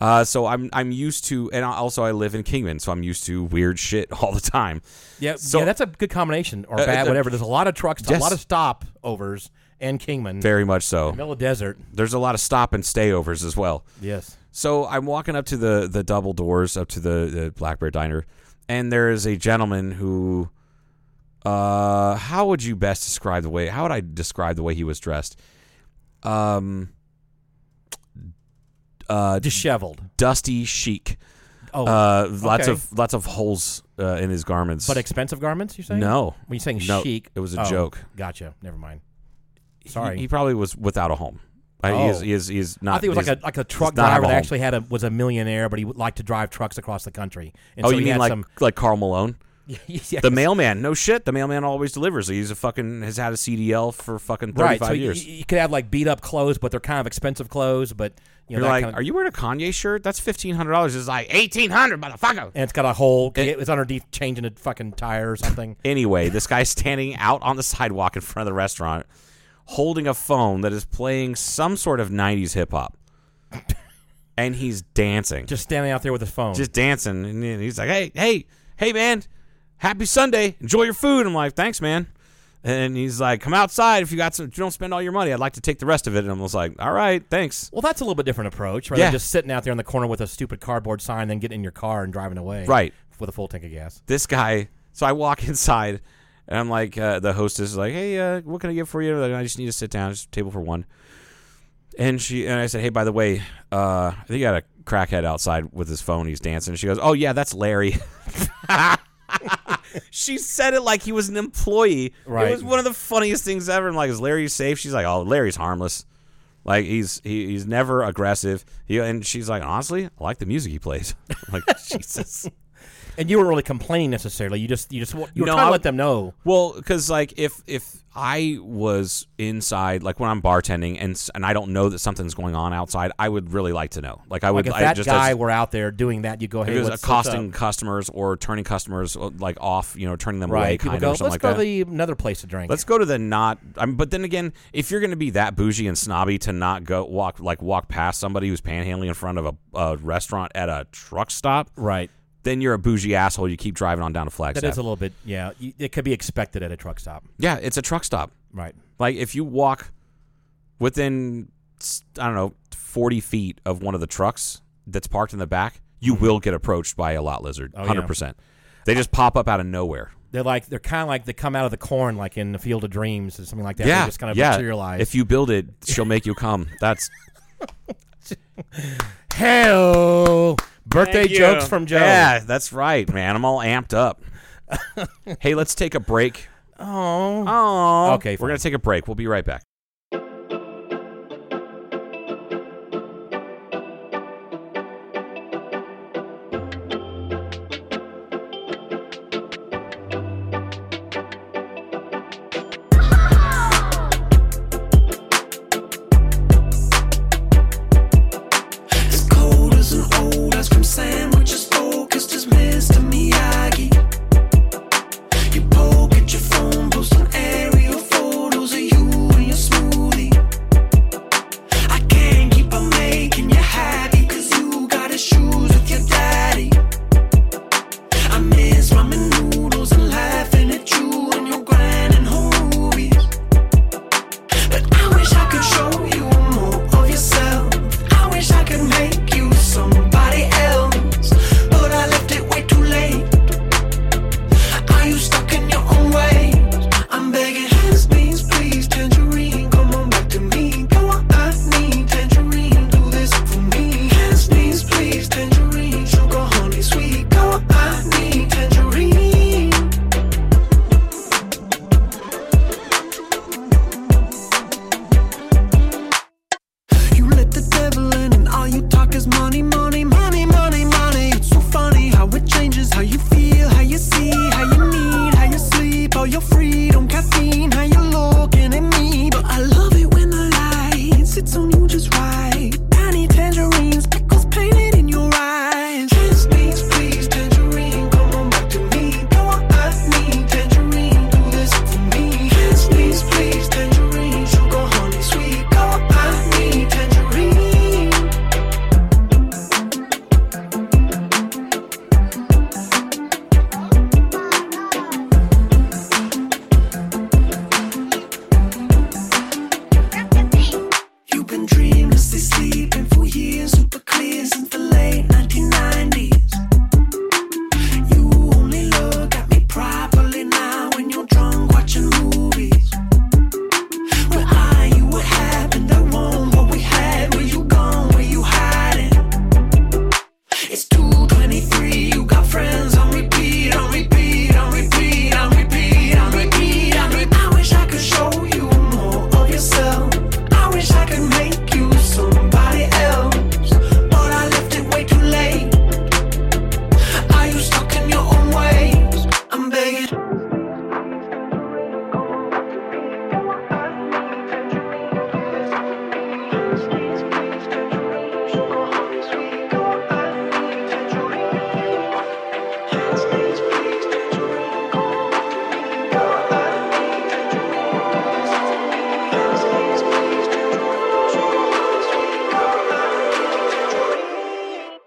[SPEAKER 4] uh, so I'm I'm used to, and I- also I live in Kingman, so I'm used to weird shit all the time.
[SPEAKER 5] Yeah,
[SPEAKER 4] So-
[SPEAKER 5] yeah, that's a good combination or
[SPEAKER 4] Uh,
[SPEAKER 5] bad,
[SPEAKER 4] uh,
[SPEAKER 5] whatever. There's a lot of trucks, a
[SPEAKER 4] yes.
[SPEAKER 5] lot of stopovers, and Kingman,
[SPEAKER 4] Very much so.
[SPEAKER 5] middle of desert.
[SPEAKER 4] There's a lot of stop and stayovers as well.
[SPEAKER 5] Yes,
[SPEAKER 4] So I'm walking up to the the double doors up to the, the Black Bear Diner, and there is a gentleman who, uh, how would you best describe the way? How would I describe the way he was dressed? Um, uh,
[SPEAKER 5] disheveled.
[SPEAKER 4] dusty chic.
[SPEAKER 5] Oh,
[SPEAKER 4] Uh, lots
[SPEAKER 5] okay.
[SPEAKER 4] of lots of holes uh, in his garments.
[SPEAKER 5] but expensive garments. You're saying
[SPEAKER 4] no,
[SPEAKER 5] When you're saying
[SPEAKER 4] No,
[SPEAKER 5] chic,
[SPEAKER 4] it was a
[SPEAKER 5] oh,
[SPEAKER 4] joke.
[SPEAKER 5] Gotcha. Never mind.
[SPEAKER 4] He-
[SPEAKER 5] Sorry.
[SPEAKER 4] he, probably was without a home. Uh, he, is,
[SPEAKER 5] Oh.
[SPEAKER 4] he is he is not.
[SPEAKER 5] I think it was
[SPEAKER 4] he's-
[SPEAKER 5] like a like a truck
[SPEAKER 4] does not have
[SPEAKER 5] driver
[SPEAKER 4] a
[SPEAKER 5] that
[SPEAKER 4] home.
[SPEAKER 5] actually had a was a millionaire, but he would like to drive trucks across the country. And
[SPEAKER 4] oh,
[SPEAKER 5] so
[SPEAKER 4] you
[SPEAKER 5] he
[SPEAKER 4] mean
[SPEAKER 5] had
[SPEAKER 4] like
[SPEAKER 5] some,
[SPEAKER 4] like Carl Malone?
[SPEAKER 5] Yes.
[SPEAKER 4] The mailman, no shit. The mailman always delivers. He's a fucking has had a CDL for fucking thirty
[SPEAKER 5] right?
[SPEAKER 4] five
[SPEAKER 5] So you,
[SPEAKER 4] years.
[SPEAKER 5] you could have like beat up clothes, but they're kind of expensive clothes. But you know,
[SPEAKER 4] You're
[SPEAKER 5] that
[SPEAKER 4] like,
[SPEAKER 5] kind of,
[SPEAKER 4] are you wearing a Kanye shirt? That's fifteen hundred dollars. It's like eighteen hundred, motherfucker.
[SPEAKER 5] and it's got a hole.
[SPEAKER 4] Eh.
[SPEAKER 5] it's underneath changing a fucking tire or something.
[SPEAKER 4] Anyway, this guy's standing out on the sidewalk in front of the restaurant, holding a phone that is playing some sort of nineties hip hop, and he's dancing, just,
[SPEAKER 5] Just standing out there with his phone.
[SPEAKER 4] dancing. And then he's like, hey, hey, hey, man, happy Sunday. Enjoy your food. I'm like, thanks, man. And he's like, come outside if you got some. If you don't spend all your money, I'd like to take the rest of it. And I was like, all right, thanks.
[SPEAKER 5] well, that's a little bit different approach, rather
[SPEAKER 4] Yeah.
[SPEAKER 5] than just sitting out there in the corner with a stupid cardboard sign, then getting in your car and driving away,
[SPEAKER 4] Right.
[SPEAKER 5] With a full tank of gas.
[SPEAKER 4] this guy. So I walk inside, and I'm like, uh, the hostess is like, "Hey, uh, what can I get for you?" Like, I just need to sit down, just table for one. And she and I said, "Hey, by the way, uh, I think I got a crackhead outside with his phone. He's dancing." She goes, "Oh yeah, that's Larry." she said it like he was an employee. It
[SPEAKER 5] Right.
[SPEAKER 4] was one of the funniest things ever. I'm like, "Is Larry safe?" She's like, "Oh, Larry's harmless. Like he's he, he's never aggressive." He, and she's like, "Honestly, I like the music he plays." I'm like Jesus.
[SPEAKER 5] And you weren't really complaining necessarily. You just you just wa- you were
[SPEAKER 4] No,
[SPEAKER 5] trying
[SPEAKER 4] I-
[SPEAKER 5] to let them know.
[SPEAKER 4] Well, because like if if I was inside, like when I'm bartending and s- and I don't know that something's going on outside, I would really like to know. Like I
[SPEAKER 5] Like
[SPEAKER 4] would
[SPEAKER 5] if
[SPEAKER 4] I
[SPEAKER 5] that
[SPEAKER 4] just
[SPEAKER 5] guy
[SPEAKER 4] as,
[SPEAKER 5] were out there doing that, you go
[SPEAKER 4] if
[SPEAKER 5] hey,
[SPEAKER 4] it was
[SPEAKER 5] what's- what's up?"
[SPEAKER 4] accosting customers or turning customers uh, like off, you know, turning them away,
[SPEAKER 5] Right. People
[SPEAKER 4] kind
[SPEAKER 5] go,
[SPEAKER 4] of or
[SPEAKER 5] let's
[SPEAKER 4] something like
[SPEAKER 5] go
[SPEAKER 4] that.
[SPEAKER 5] to the, another place to drink.
[SPEAKER 4] Let's go to the not. I mean, but then again, if you're going to be that bougie and snobby to not go walk like walk past somebody who's panhandling in front of a, a restaurant at a truck stop,
[SPEAKER 5] right.
[SPEAKER 4] then you're a bougie asshole. You keep driving on down to
[SPEAKER 5] That
[SPEAKER 4] Flagstaff.
[SPEAKER 5] is a little bit, yeah. y- It could be expected at a truck stop.
[SPEAKER 4] yeah, it's a truck stop.
[SPEAKER 5] Right.
[SPEAKER 4] Like if you walk within s- I don't know forty feet of one of the trucks that's parked in the back, you will get approached by a lot lizard.
[SPEAKER 5] Mm-hmm. Oh, yeah.
[SPEAKER 4] Hundred percent. They just pop up out of nowhere.
[SPEAKER 5] They're like, they're kind of like they come out of the corn, like in the Field of Dreams or something like that. They
[SPEAKER 4] yeah,
[SPEAKER 5] just kind of
[SPEAKER 4] yeah.
[SPEAKER 5] materialize.
[SPEAKER 4] If you build it, she'll make you come. That's
[SPEAKER 5] Hell, birthday jokes from Joe.
[SPEAKER 4] Yeah, that's right, man. I'm all amped up. hey, let's take a break.
[SPEAKER 5] Oh.
[SPEAKER 4] Oh,
[SPEAKER 5] Okay,
[SPEAKER 4] We're gonna take a break. We'll be right back.
[SPEAKER 6] As cold as an old ice cream sandwich. money, money, money, money, money. It's so funny how it changes how you feel, how you see, how you need, how you sleep, all your freedom, caffeine, how you're looking at me. But I love it when the light sits on you just right. Tiny tangerines, pickles painted in your eyes. Just please, please, tangerine, come on back to me. You're what I need, tangerine, do this for me. Just please, please, tangerine, sugar, honey, sweet. You're what I need, tangerine. You've been dreamlessly sleeping for years, super clear since the late 1990s. You only look at me properly now when you're drunk watching movies. Where are you? What happened? I want what we had. Where you gone? Where you hiding? It's 223. You got friends on repeat, on repeat, on repeat, on repeat, on repeat, on repeat. I wish I could show you more of yourself. I wish I could make you somebody else. But I left it way too late. Are you stuck in your own ways? I'm begging.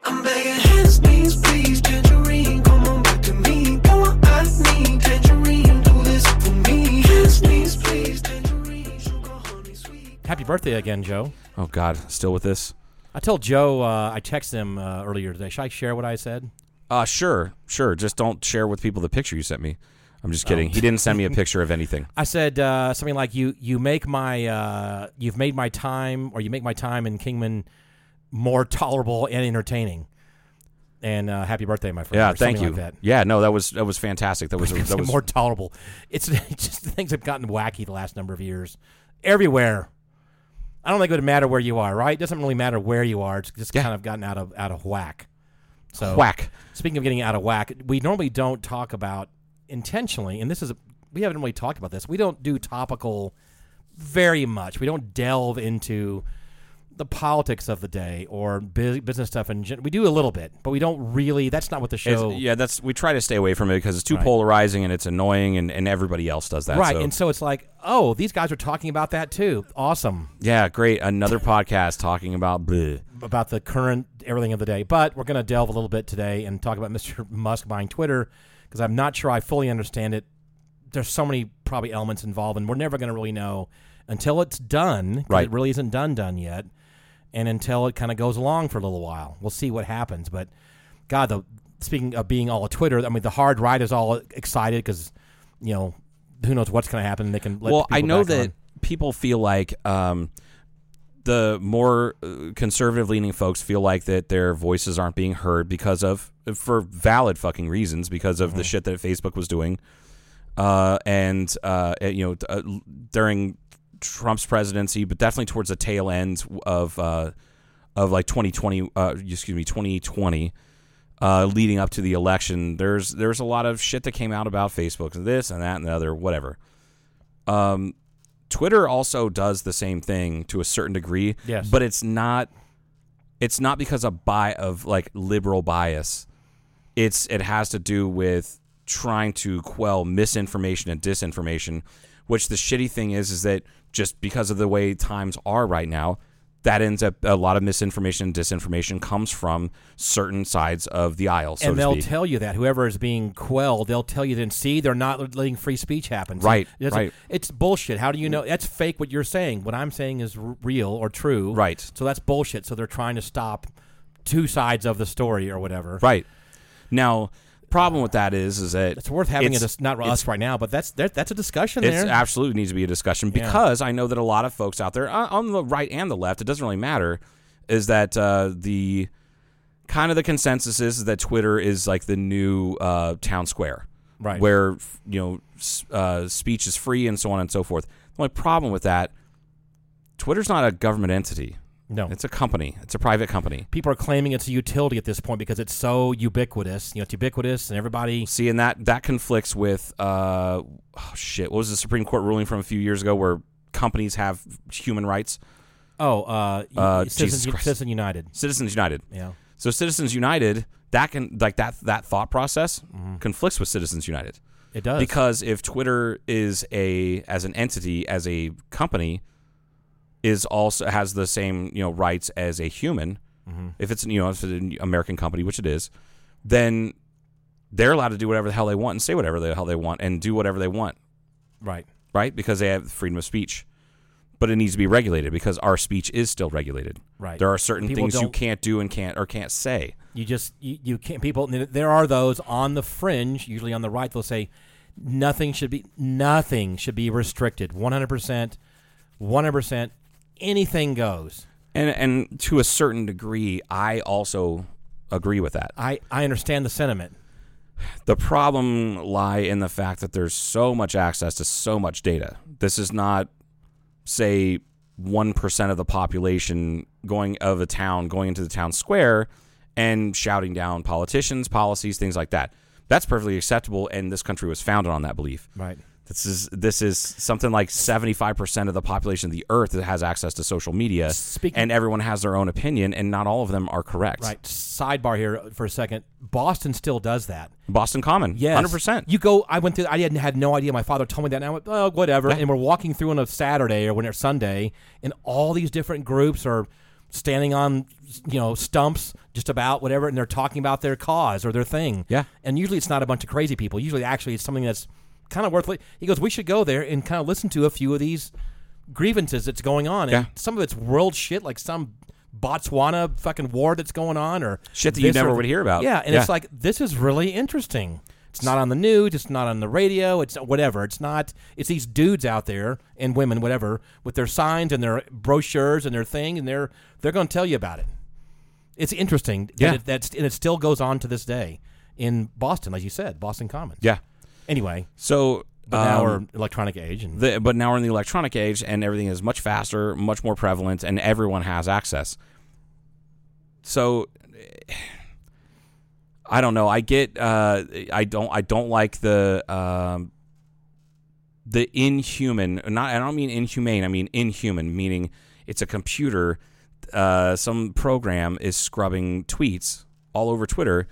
[SPEAKER 6] I'm begging hands, knees, please, tangerine. Come on back to me. You're what I need, tangerine. Do this for me. Hands, knees, please, tangerine. Sugar, honey, sweet.
[SPEAKER 5] Happy birthday again, Joe.
[SPEAKER 4] Oh God, still with this?
[SPEAKER 5] I told Joe uh, I texted him uh, earlier today. Should I share what I said?
[SPEAKER 4] Uh, sure, sure. Just don't share with people the picture you sent me. I'm just
[SPEAKER 5] Oh.
[SPEAKER 4] kidding. He didn't send me a picture of anything.
[SPEAKER 5] I said uh, something like you you make my uh, you've made my time or you make my time in Kingman more tolerable and entertaining. And uh, happy birthday, my friend.
[SPEAKER 4] Yeah,
[SPEAKER 5] or
[SPEAKER 4] thank you.
[SPEAKER 5] something Like that.
[SPEAKER 4] Yeah, no, that was that was fantastic. That was a, that was
[SPEAKER 5] more tolerable. It's just things have gotten wacky the last number of years, everywhere. I don't think it would matter where you are, right? It doesn't really matter where you are. It's just kind of gotten out of out of whack. So
[SPEAKER 4] whack.
[SPEAKER 5] Speaking of getting out of whack, we normally don't talk about intentionally, and this is a, we haven't really talked about this. We don't do topical very much. We don't delve into the politics of the day or bu- business stuff in gen- we do a little bit, but we don't really. That's not what the
[SPEAKER 4] It's-
[SPEAKER 5] show.
[SPEAKER 4] yeah, that's we try to stay away from it because it's too polarizing and it's annoying and, and everybody else does that.
[SPEAKER 5] Right.
[SPEAKER 4] so-
[SPEAKER 5] And so it's like, oh, these guys are talking about that too. Awesome.
[SPEAKER 4] yeah, great. Another podcast talking about bleh.
[SPEAKER 5] About the current everything of the day. But we're going to delve a little bit today and talk about Mr. Musk buying Twitter because I'm not sure I fully understand it. There's so many probably elements involved, and we're never going to really know until it's done. 'cause
[SPEAKER 4] Right.
[SPEAKER 5] It really isn't done done yet. And until it kind of goes along for a little while, we'll see what happens. But God, the speaking of being all a Twitter, I mean, the hard right is all excited because, you know, who knows what's going to happen. They can let
[SPEAKER 4] well, I
[SPEAKER 5] people
[SPEAKER 4] know
[SPEAKER 5] back
[SPEAKER 4] that
[SPEAKER 5] on.
[SPEAKER 4] people feel like um, the more uh, conservative leaning folks feel like that their voices aren't being heard because of for valid fucking reasons because of
[SPEAKER 5] Mm-hmm.
[SPEAKER 4] the shit that Facebook was doing, uh, and uh, eh, you know t- uh, l- during Trump's presidency, but definitely towards the tail end of uh, of like 2020, uh, excuse me, 2020 uh, leading up to the election, there's there's a lot of shit that came out about Facebook and this and that and the other, whatever. Um, Twitter also does the same thing to a certain degree,
[SPEAKER 5] Yes.
[SPEAKER 4] but it's not it's not because of bi of like liberal bias. It's it has to do with trying to quell misinformation and disinformation, which the shitty thing is is that just because of the way times are right now, that ends up a lot of misinformation and disinformation comes from certain sides of the aisle. So
[SPEAKER 5] and
[SPEAKER 4] to
[SPEAKER 5] they'll
[SPEAKER 4] speak.
[SPEAKER 5] tell you that whoever is being quelled, they'll tell you then see they're not letting free speech happen. So
[SPEAKER 4] Right,
[SPEAKER 5] It's,
[SPEAKER 4] right.
[SPEAKER 5] It's bullshit. How do you know that's fake? What you're saying, what I'm saying is r- real or true.
[SPEAKER 4] Right.
[SPEAKER 5] So that's bullshit. So they're trying to stop two sides of the story or whatever.
[SPEAKER 4] right now. Problem with that is, is that
[SPEAKER 5] It's worth having a
[SPEAKER 4] it's-
[SPEAKER 5] dis- not us
[SPEAKER 4] it's-
[SPEAKER 5] right now, but that's that, that's a discussion
[SPEAKER 4] It
[SPEAKER 5] there.
[SPEAKER 4] absolutely needs to be a discussion because I know that a lot of folks out there uh, on the right and the left, it doesn't really matter, is that uh, the kind of the consensus is that Twitter is like the new uh, town square,
[SPEAKER 5] Right.
[SPEAKER 4] Where f- you know s- uh, speech is free and so on and so forth. The only problem with that, Twitter's not a government entity.
[SPEAKER 5] No.
[SPEAKER 4] It's a company. It's a private company.
[SPEAKER 5] People are claiming it's a utility at this point because it's so ubiquitous. You know, it's ubiquitous, and everybody.
[SPEAKER 4] See, and that that conflicts with uh, oh, shit. What was the Supreme Court ruling from a few years ago where companies have human rights?
[SPEAKER 5] Oh, uh, y-
[SPEAKER 4] Uh,
[SPEAKER 5] Citizen,
[SPEAKER 4] Jesus Christ.
[SPEAKER 5] Citizen United.
[SPEAKER 4] Citizens United.
[SPEAKER 5] Yeah.
[SPEAKER 4] So Citizens United, that can like that that thought process conflicts with Citizens United.
[SPEAKER 5] Mm-hmm. It does.
[SPEAKER 4] because if Twitter is a as an entity as a company is also has the same you know rights as a human
[SPEAKER 5] Mm-hmm.
[SPEAKER 4] if it's you know if it's an American company which it is then they're allowed to do whatever the hell they want and say whatever the hell they want and do whatever they want
[SPEAKER 5] Right.
[SPEAKER 4] right because they have freedom of speech but it needs to be regulated because our speech is still regulated
[SPEAKER 5] Right.
[SPEAKER 4] there are certain
[SPEAKER 5] People
[SPEAKER 4] things you
[SPEAKER 5] don't-
[SPEAKER 4] can't do and can't or can't say
[SPEAKER 5] You just you, you can't people there are those on the fringe, usually on the right, they'll say nothing should be nothing should be restricted. 100% 100% anything goes.
[SPEAKER 4] and and to a certain degree I also agree with that
[SPEAKER 5] I I understand the sentiment.
[SPEAKER 4] The problem lie in the fact that there's so much access to so much data. This is not, say, one percent of the population going of a town going into the town square and shouting down politicians, policies, things like that. That's perfectly acceptable, and this country was founded on that belief.
[SPEAKER 5] Right.
[SPEAKER 4] This is this is something like seventy five percent of the population of the earth that has access to social media,
[SPEAKER 5] Speaking-
[SPEAKER 4] and everyone has their own opinion, and not all of them are correct.
[SPEAKER 5] Right. Sidebar here for a second. Boston still does that.
[SPEAKER 4] Boston Common,
[SPEAKER 5] Yes,
[SPEAKER 4] hundred percent.
[SPEAKER 5] You go. I went through. I didn't had no idea. My father told me that. And I went, oh, whatever. And we're walking through on a Saturday or when it's Sunday, and all these different groups are standing on you know stumps, just about whatever, and they're talking about their cause or their thing.
[SPEAKER 4] Yeah.
[SPEAKER 5] And usually it's not a bunch of crazy people. Usually, actually, it's something that's kind of worth. Li- he goes, we should go there and kind of listen to a few of these grievances that's going on. And
[SPEAKER 4] Yeah.
[SPEAKER 5] Some of it's world shit, like some. Botswana fucking war that's going on, or
[SPEAKER 4] Shit that you
[SPEAKER 5] this or
[SPEAKER 4] never
[SPEAKER 5] th-
[SPEAKER 4] would hear about.
[SPEAKER 5] Yeah, and
[SPEAKER 4] Yeah.
[SPEAKER 5] it's like like this is really interesting. It's not on the news. It's not on the radio. It's whatever. It's not. It's these dudes out there and women, whatever, with their signs and their brochures and their thing, and they're they're going to tell you about it. It's interesting. that
[SPEAKER 4] Yeah.
[SPEAKER 5] it, that's and it still goes on to this day in Boston, like you said, Boston Commons.
[SPEAKER 4] Yeah.
[SPEAKER 5] Anyway,
[SPEAKER 4] So
[SPEAKER 5] but now
[SPEAKER 4] um,
[SPEAKER 5] we're electronic age, and
[SPEAKER 4] the, but now we're in the electronic age, and everything is much faster, much more prevalent, and everyone has access. So I don't know. I get. Uh, I don't. I don't like the um, the inhuman. Not. I don't mean inhumane. I mean inhuman. Meaning it's a computer. Uh, some program is scrubbing tweets all over Twitter,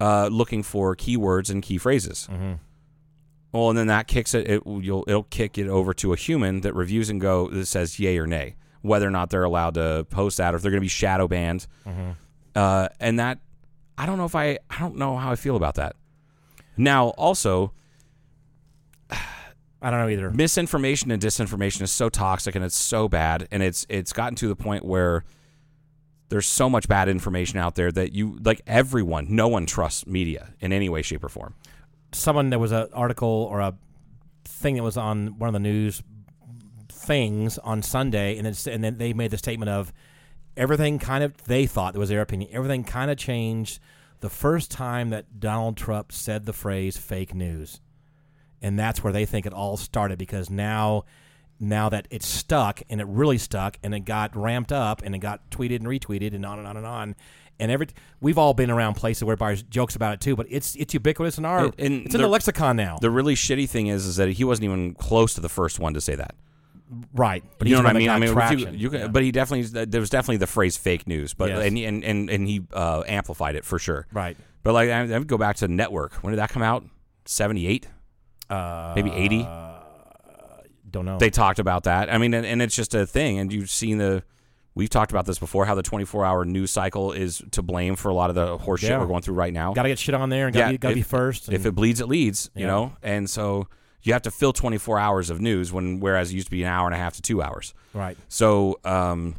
[SPEAKER 4] uh, looking for keywords and key phrases. Well, and then that kicks it. It you'll it'll kick it over to a human that reviews and go that says yay or nay, whether or not they're allowed to post that, or if they're going to be shadow banned. Uh, and that I don't know if I I don't know how I feel about that. Now, also
[SPEAKER 5] I don't know either.
[SPEAKER 4] misinformation and disinformation is so toxic and it's so bad, and it's it's gotten to the point where there's so much bad information out there that you like everyone, no one trusts media in any way, shape, or form.
[SPEAKER 5] someone there was an article or a thing that was on one of the news things on Sunday, and it's, and then they made the statement of everything kind of they thought it was their opinion. Everything kind of changed the first time that Donald Trump said the phrase "fake news," and that's where they think it all started because now. Now that it's stuck and it really stuck and it got ramped up and it got tweeted and retweeted and on and on and on, and every we've all been around places where everybody jokes about it too, but it's it's ubiquitous in our
[SPEAKER 4] It- and
[SPEAKER 5] it's in the
[SPEAKER 4] the-
[SPEAKER 5] lexicon now.
[SPEAKER 4] The really shitty thing is, is that he wasn't even close to the first one to say that.
[SPEAKER 5] right. But
[SPEAKER 4] you
[SPEAKER 5] he's
[SPEAKER 4] know what I
[SPEAKER 5] the
[SPEAKER 4] mean?
[SPEAKER 5] one
[SPEAKER 4] I
[SPEAKER 5] that
[SPEAKER 4] mean,
[SPEAKER 5] got
[SPEAKER 4] if you-
[SPEAKER 5] traction.
[SPEAKER 4] you can-
[SPEAKER 5] Yeah.
[SPEAKER 4] but he definitely there was definitely the phrase fake news, but
[SPEAKER 5] Yes.
[SPEAKER 4] and, and and and he uh, amplified it for sure.
[SPEAKER 5] Right.
[SPEAKER 4] But like I, I would go back to network. When did that come out? Seventy eight, uh, maybe eighty.
[SPEAKER 5] don't know.
[SPEAKER 4] They talked about that. I mean, and, and it's just a thing. And you've seen the. We've talked about this before. How the twenty four hour news cycle is to blame for a lot of the horseshit
[SPEAKER 5] Yeah.
[SPEAKER 4] we're going through right now.
[SPEAKER 5] got to get shit on there and got to be, gotta
[SPEAKER 4] if-
[SPEAKER 5] be first.
[SPEAKER 4] If it bleeds, it leads. You
[SPEAKER 5] Yeah.
[SPEAKER 4] know, and so you have to fill twenty four hours of news when whereas it used to be an hour and a half to two hours.
[SPEAKER 5] right.
[SPEAKER 4] So, um,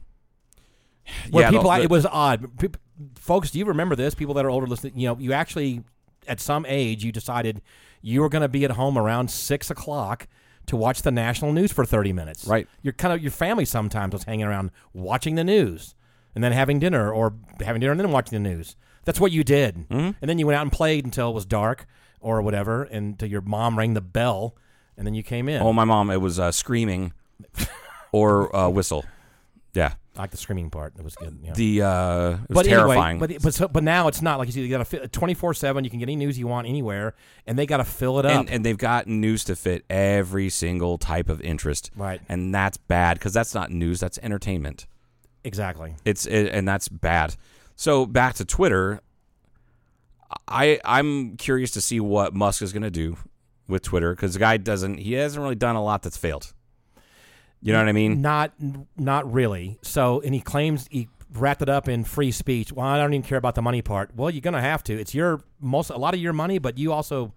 [SPEAKER 5] Where
[SPEAKER 4] the-
[SPEAKER 5] people,
[SPEAKER 4] the-
[SPEAKER 5] it was odd. Peop folks, do you remember this? People that are older listening, you know, you actually, at some age, you decided you were going to be at home around six o'clock to watch the national news for 30 minutes.
[SPEAKER 4] Right.
[SPEAKER 5] Your kind of, your family sometimes was hanging around watching the news and then having dinner or having dinner and then watching the news. That's what you did. Mm-hmm. And then you went out and played until it was dark or whatever, until your mom rang the bell and then you came in.
[SPEAKER 4] Oh, my mom! It was uh, screaming or uh, whistle. Yeah.
[SPEAKER 5] I like the screaming part. It was good. Yeah.
[SPEAKER 4] The uh, it was
[SPEAKER 5] but
[SPEAKER 4] terrifying.
[SPEAKER 5] anyway, but but so, but now it's not like you see. You got to twenty four seven. You can get any news you want anywhere, and they got to fill it up.
[SPEAKER 4] and, and they've got news to fit every single type of interest.
[SPEAKER 5] Right.
[SPEAKER 4] And that's bad because that's not news. That's entertainment.
[SPEAKER 5] exactly.
[SPEAKER 4] It's it, and that's bad. So back to Twitter. I I'm curious to see what Musk is going to do with Twitter because the guy doesn't he hasn't really done a lot that's failed. You know what I mean?
[SPEAKER 5] Not not really. So and he claims he wrapped it up in free speech. Well, I don't even care about the money part. Well, you're gonna have to. It's your most a lot of your money, but you also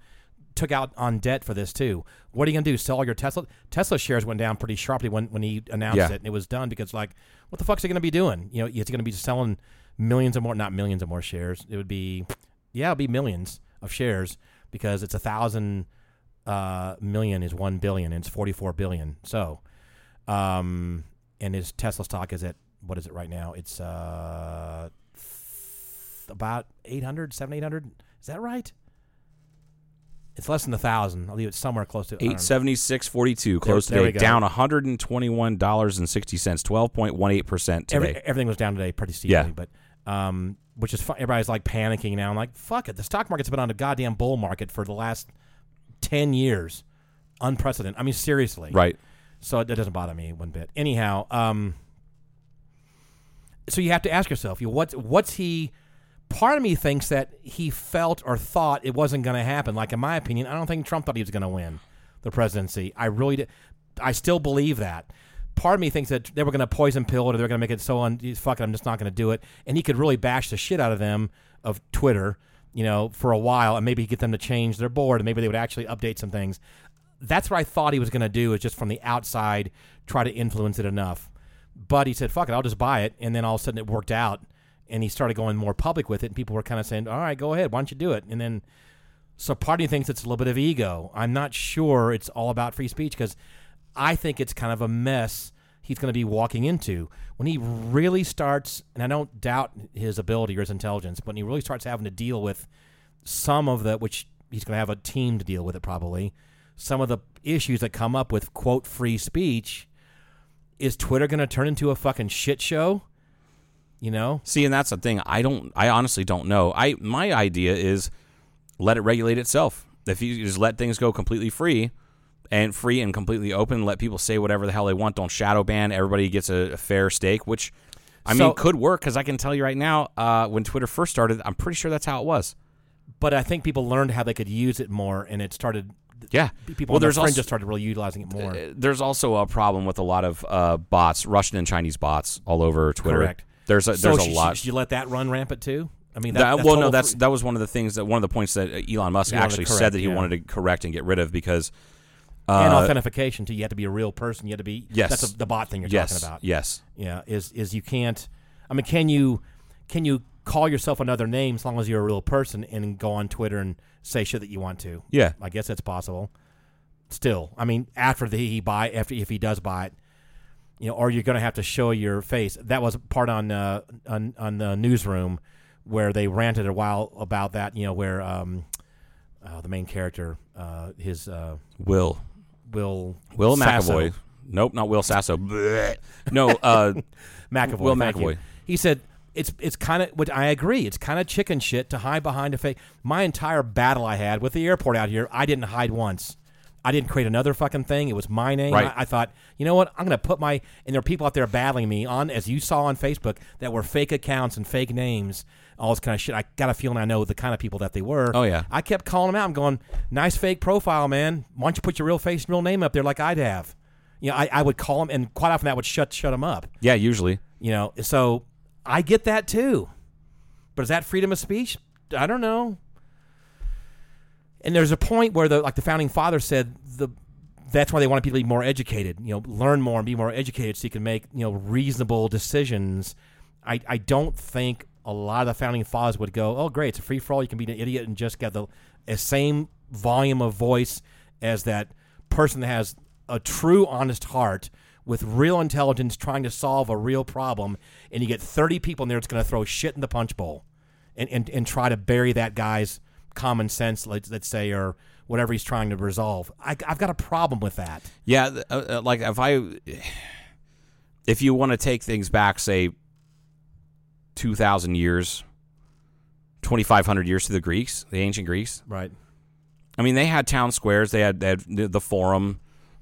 [SPEAKER 5] took out on debt for this too. What are you gonna do? Sell all your Tesla? Tesla shares went down pretty sharply when when he announced
[SPEAKER 4] Yeah.
[SPEAKER 5] it, and it was done because like, what the fuck's he gonna be doing? You know, it's gonna be selling millions of more, not millions of more shares. It would be, yeah, it'd be millions of shares because it's a thousand uh, million is one billion, and it's forty four billion. So. Um, and his Tesla stock is at what is it right now? It's uh th- about 800, 700, 800. Is that right? It's less than a thousand. I'll leave it somewhere close to I don't know.
[SPEAKER 4] Eight seventy six forty two closed
[SPEAKER 5] Um, there we
[SPEAKER 4] today,
[SPEAKER 5] go.
[SPEAKER 4] down one hundred and twenty one dollars and sixty cents, twelve point one eight percent today.
[SPEAKER 5] Every, everything was down today pretty steeply,
[SPEAKER 4] Yeah.
[SPEAKER 5] but um, which is fun. everybody's like panicking now. I'm like, fuck it. The stock market's been on a goddamn bull market for the last ten years, unprecedented. I mean, seriously,
[SPEAKER 4] right.
[SPEAKER 5] So that doesn't bother me one bit. Anyhow, um, so you have to ask yourself, you what what's he? Part of me thinks that he felt or thought it wasn't going to happen. Like in my opinion, I don't think Trump thought he was going to win the presidency. I really, did, I still believe that. Part of me thinks that they were going to poison pill it or they're going to make it so on. Fuck it, I'm just not going to do it. And he could really bash the shit out of them of Twitter, you know, for a while, and maybe get them to change their board, and maybe they would actually update some things that's what I thought he was going to do is just from the outside try to influence it enough. But he said, fuck it, I'll just buy it. And then all of a sudden it worked out and he started going more public with it. And people were kind of saying, all right, go ahead. Why don't you do it? And then, so part of me thinks it's a little bit of ego. I'm not sure it's all about free speech because I think it's kind of a mess he's going to be walking into when he really starts, and I don't doubt his ability or his intelligence, but when he really starts having to deal with some of the which he's going to have a team to deal with it probably some of the issues that come up with quote free speech is twitter going to turn into a fucking shit show you know
[SPEAKER 4] See, and that's the thing. I don't. I honestly don't know. I my idea is let it regulate itself. If you just let things go completely free and free and completely open, let people say whatever the hell they want. Don't shadow ban. Everybody gets a, a fair stake, which I
[SPEAKER 5] So-
[SPEAKER 4] mean could work because I can tell you right now, uh, when Twitter first started, I'm pretty sure that's how it was.
[SPEAKER 5] but i think people learned how they could use it more and it started
[SPEAKER 4] Yeah.
[SPEAKER 5] people
[SPEAKER 4] Well,
[SPEAKER 5] on their
[SPEAKER 4] there's
[SPEAKER 5] fringe
[SPEAKER 4] also-
[SPEAKER 5] just started really utilizing it more
[SPEAKER 4] There's also a problem with a lot of uh, bots, Russian and Chinese bots, all over Twitter.
[SPEAKER 5] correct
[SPEAKER 4] There's a,
[SPEAKER 5] so
[SPEAKER 4] there's
[SPEAKER 5] should-
[SPEAKER 4] a lot.
[SPEAKER 5] should you let that run rampant too i mean that,
[SPEAKER 4] That-
[SPEAKER 5] that's
[SPEAKER 4] well,
[SPEAKER 5] total
[SPEAKER 4] no, that's
[SPEAKER 5] free-
[SPEAKER 4] that was one of the things that one of the points that uh, Elon Musk
[SPEAKER 5] He wanted to
[SPEAKER 4] actually
[SPEAKER 5] correct,
[SPEAKER 4] said that he
[SPEAKER 5] yeah.
[SPEAKER 4] wanted to correct and get rid of because
[SPEAKER 5] and
[SPEAKER 4] uh,
[SPEAKER 5] authentication too you have to be a real person you have to be
[SPEAKER 4] Yes.
[SPEAKER 5] that's the- the bot thing you're
[SPEAKER 4] yes,
[SPEAKER 5] talking about
[SPEAKER 4] yes,
[SPEAKER 5] yeah is is you can't i mean can you can you call yourself another name as long as you're a real person and go on twitter and say shit that you want to
[SPEAKER 4] Yeah.
[SPEAKER 5] i guess that's possible still i mean after the he buy after if he does buy it you know or you're going to have to show your face that was part on uh on, on the newsroom where they ranted a while about that you know where um uh, the main character uh his uh
[SPEAKER 4] Will
[SPEAKER 5] will
[SPEAKER 4] Will
[SPEAKER 5] Sasso.
[SPEAKER 4] McAvoy. Nope, not Will Sasso. Blech. no, uh,
[SPEAKER 5] McAvoy.
[SPEAKER 4] Will
[SPEAKER 5] thank you.
[SPEAKER 4] McAvoy.
[SPEAKER 5] He said it's it's kind of which I agree. It's kind of chicken shit to hide behind a fake. My entire battle I had with the airport out here, I didn't hide once. I didn't create another fucking thing. It was my name.
[SPEAKER 4] Right.
[SPEAKER 5] I, I thought, you know what? I'm going to put my and there are people out there battling me on as you saw on Facebook that were fake accounts and fake names, all this kind of shit. I got a feeling I know the kind of people that they were.
[SPEAKER 4] Oh, yeah.
[SPEAKER 5] I kept calling them out. I'm going, nice fake profile, man. Why don't you put your real face and real name up there like I'd have? You know, I, I would call them, and quite often that would shut shut them up.
[SPEAKER 4] yeah, usually.
[SPEAKER 5] You know, so I get that too. But is that freedom of speech? I don't know. And there's a point where the like the founding father said the that's why they wanted people to be more educated, you know, learn more and be more educated so you can make, you know, reasonable decisions. I, I don't think a lot of the founding fathers would go, Oh great, it's a free for all, you can be an idiot and just get the eh, same volume of voice as that person that has a true honest heart with real intelligence trying to solve a real problem and you get 30 people in there that's going to throw shit in the punch bowl and, and, and try to bury that guy's common sense let's, let's say or whatever he's trying to resolve I, i've got a problem with that
[SPEAKER 4] Yeah, th- uh, uh, like if I if you want to take things back, say, 2,000 years, 2,500 years to the Greeks, the ancient Greeks,
[SPEAKER 5] Right.
[SPEAKER 4] I mean, they had town squares, they had, they had the the forum,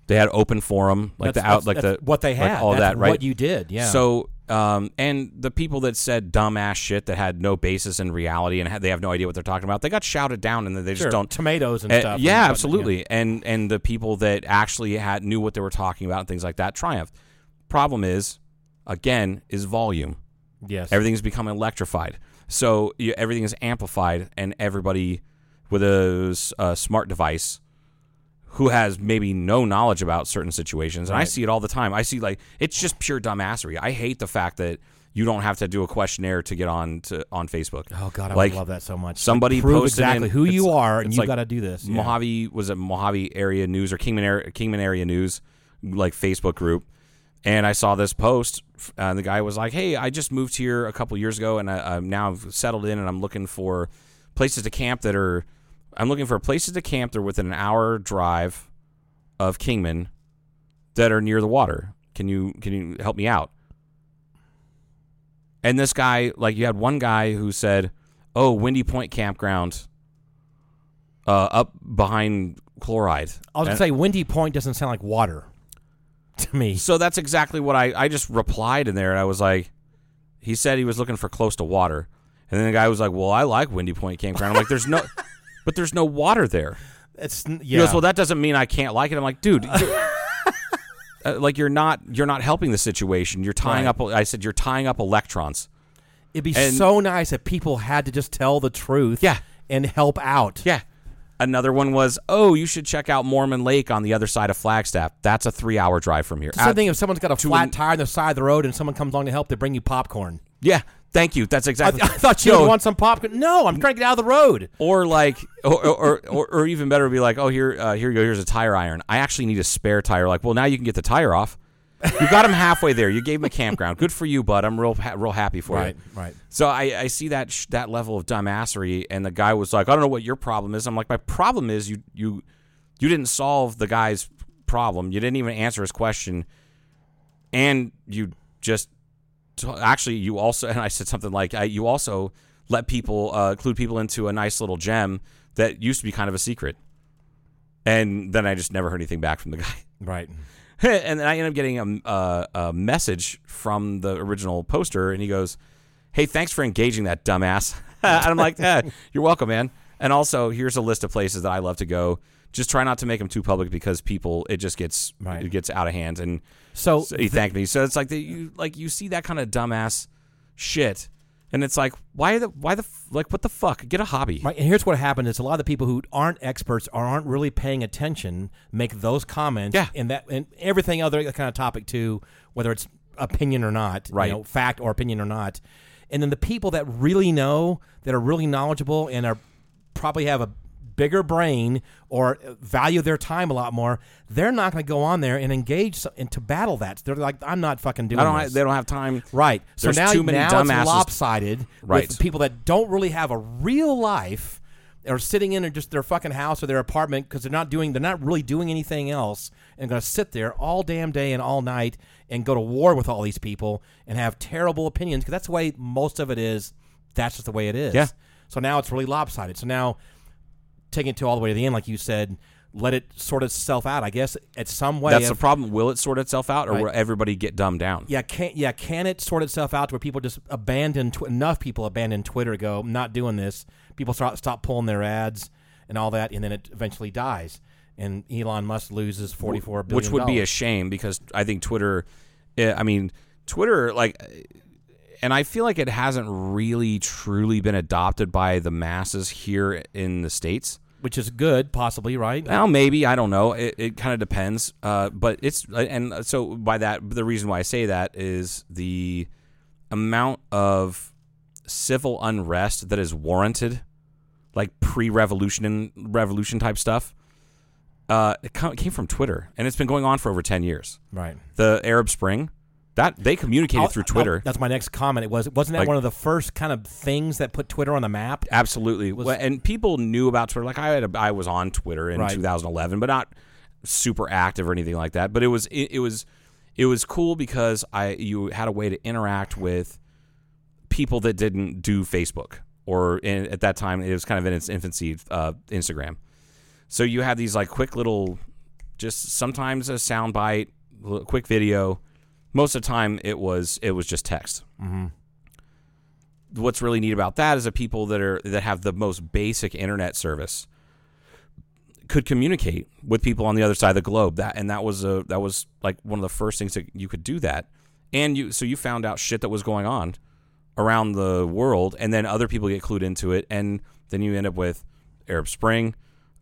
[SPEAKER 4] they had open forum, like
[SPEAKER 5] That's-
[SPEAKER 4] the out,
[SPEAKER 5] that's-
[SPEAKER 4] like the
[SPEAKER 5] that's what they
[SPEAKER 4] like
[SPEAKER 5] had.
[SPEAKER 4] all
[SPEAKER 5] That's
[SPEAKER 4] that, right?
[SPEAKER 5] What you did, yeah.
[SPEAKER 4] So, um, and the people that said dumbass shit that had no basis in reality and had, they have no idea what they're talking about, they got shouted down, and then they just
[SPEAKER 5] Sure,
[SPEAKER 4] don't
[SPEAKER 5] tomatoes and
[SPEAKER 4] Uh,
[SPEAKER 5] stuff.
[SPEAKER 4] Yeah,
[SPEAKER 5] and- but,
[SPEAKER 4] absolutely. And and the people that actually had knew what they were talking about and things like that triumphed. Problem is, again, is volume.
[SPEAKER 5] Yes.
[SPEAKER 4] Everything's become electrified, so you, everything is amplified, and everybody with a, s- a smart device who has maybe no knowledge about certain situations, and I see it all the time. I see like it's just pure dumbassery. I hate the fact that you don't have to do a questionnaire to get on to on Facebook.
[SPEAKER 5] Oh God, I
[SPEAKER 4] like,
[SPEAKER 5] would love that so much.
[SPEAKER 4] Somebody
[SPEAKER 5] like, prove
[SPEAKER 4] posted
[SPEAKER 5] exactly
[SPEAKER 4] in-
[SPEAKER 5] who you
[SPEAKER 4] it's-
[SPEAKER 5] are, and
[SPEAKER 4] it's
[SPEAKER 5] you
[SPEAKER 4] like
[SPEAKER 5] got to do this. Yeah.
[SPEAKER 4] Mojave was a Mojave area news or Kingman area, Kingman area news like Facebook group, and I saw this post. f- And the guy was like, "Hey, I just moved here a couple years ago, and I, I'm now I've settled in, and I'm looking for places to camp that are. I'm looking for places to camp that are within an hour drive of Kingman that are near the water. Can you can you help me out?" And this guy, like, you had one guy who said, "Oh, Windy Point Campground." uh, up behind chloride.
[SPEAKER 5] I was gonna say, Windy Point doesn't sound like water to me.
[SPEAKER 4] So that's exactly what I, I just replied in there, and I was like, he said he was looking for close to water, and then the guy was like, well, I like Windy Point Campground. I'm like, there's no, but there's no water there.
[SPEAKER 5] It's n-
[SPEAKER 4] He
[SPEAKER 5] yeah.
[SPEAKER 4] goes, well, that doesn't mean I can't like it. I'm like, dude. you're- Uh, like you're not you're not helping the situation. You're tying up. I said you're tying up electrons.
[SPEAKER 5] It'd be
[SPEAKER 4] and-
[SPEAKER 5] so nice if people had to just tell the truth.
[SPEAKER 4] Yeah.
[SPEAKER 5] And help out.
[SPEAKER 4] Yeah. Another one was oh you should check out Mormon Lake on the other side of Flagstaff. That's a three hour drive from here.
[SPEAKER 5] It's the same thing if someone's got a flat
[SPEAKER 4] an-
[SPEAKER 5] tire on the side of the road and someone comes along to help, they bring you popcorn.
[SPEAKER 4] Yeah, thank you. That's
[SPEAKER 5] I,
[SPEAKER 4] exactly.
[SPEAKER 5] I thought you
[SPEAKER 4] No,
[SPEAKER 5] would want some popcorn. No, I'm trying to get out of the road.
[SPEAKER 4] or like, or or, or, or even better, be like, oh here, uh, here you go. Here's a tire iron. I actually need a spare tire. Like, well, now you can get the tire off. You got him halfway there. You gave him a campground. Good for you, bud. I'm real, ha- real happy for
[SPEAKER 5] Right,
[SPEAKER 4] you.
[SPEAKER 5] right.
[SPEAKER 4] So I, I see that sh- that level of dumbassery, and the guy was like, I don't know what your problem is. I'm like, my problem is you you you didn't solve the guy's problem. You didn't even answer his question, and you just t- actually you also and I said something like I, you also let people uh, include people into a nice little gem that used to be kind of a secret, and then I just never heard anything back from the guy.
[SPEAKER 5] Right.
[SPEAKER 4] and then I end up getting a, a, a message from the original poster, and he goes, "Hey, thanks for engaging that dumbass." and I'm like, eh, "You're welcome, man." And also, here's a list of places that I love to go. Just try not to make them too public because people, it just gets
[SPEAKER 5] Right.
[SPEAKER 4] it gets out of hand. And
[SPEAKER 5] So,
[SPEAKER 4] so he thanked me. So it's like the, you like you see that kind of dumbass shit, and it's like why the why the f- like what the fuck? Get a hobby.
[SPEAKER 5] Right, and here's what happened: is a lot of the people who aren't experts or aren't really paying attention make those comments,
[SPEAKER 4] Yeah.
[SPEAKER 5] and that and everything other kind of topic too, whether it's opinion or not, you
[SPEAKER 4] Right.
[SPEAKER 5] know, fact or opinion or not, and then the people that really know, that are really knowledgeable, and are probably have a bigger brain or value their time a lot more, they're not going to go on there and engage so- and to battle that. They're like, I'm not fucking doing.
[SPEAKER 4] I don't. ha-
[SPEAKER 5] this.
[SPEAKER 4] They don't have time.
[SPEAKER 5] Right.
[SPEAKER 4] There's
[SPEAKER 5] so now,
[SPEAKER 4] too many
[SPEAKER 5] now
[SPEAKER 4] dumbasses.
[SPEAKER 5] it's lopsided
[SPEAKER 4] Right.
[SPEAKER 5] with people that don't really have a real life or sitting in just their fucking house or their apartment because they're not doing they're not really doing anything else and going to sit there all damn day and all night and go to war with all these people and have terrible opinions because that's the way most of it is. That's just the way it is.
[SPEAKER 4] Yeah.
[SPEAKER 5] So now it's really lopsided. So now taking it to all the way to the end, like you said, let it sort itself out. I guess at some way
[SPEAKER 4] That's
[SPEAKER 5] if-
[SPEAKER 4] the problem. Will it sort itself out, or
[SPEAKER 5] Right.
[SPEAKER 4] will everybody get dumbed down?
[SPEAKER 5] yeah, can yeah, can it sort itself out to where people just abandon tw- enough people abandon Twitter, go "I'm not doing this. People start stop pulling their ads and all that, and then it eventually dies. And Elon Musk loses forty four billion,
[SPEAKER 4] which would be a shame because I think Twitter, eh, I mean, Twitter, like, eh, and I feel like it hasn't really truly been adopted by the masses here in the states.
[SPEAKER 5] which is good, possibly right.
[SPEAKER 4] Well, maybe I don't know. It, it kind of depends. Uh, but it's and uh, so by that the reason why I say that is the amount of civil unrest that is warranted, like pre-revolution and revolution type stuff. Uh, it co- came from Twitter, and it's been going on for over ten years.
[SPEAKER 5] Right.
[SPEAKER 4] The Arab Spring, that they communicated
[SPEAKER 5] I'll-
[SPEAKER 4] through
[SPEAKER 5] I'll-
[SPEAKER 4] Twitter.
[SPEAKER 5] that's my next comment. It was wasn't that
[SPEAKER 4] Like-
[SPEAKER 5] one of the first kind of things that put Twitter on the map?
[SPEAKER 4] Absolutely. Well, and people knew about Twitter. Like I had, a, I was on Twitter in
[SPEAKER 5] Right.
[SPEAKER 4] 2011, but not super active or anything like that. But it was, it, it was, it was cool because I you had a way to interact with people that didn't do Facebook or in, at that time it was kind of in its infancy uh, Instagram. So you have these like quick little, just sometimes a sound bite, l- quick video. Most of the time it was it was just text. Mm-hmm. What's really neat about that is that people that are that have the most basic internet service could communicate with people on the other side of the globe. That and that was a that was like one of the first things that you could do that. And you so you found out shit that was going on around the world, and then other people get clued into it, and then you end up with Arab Spring,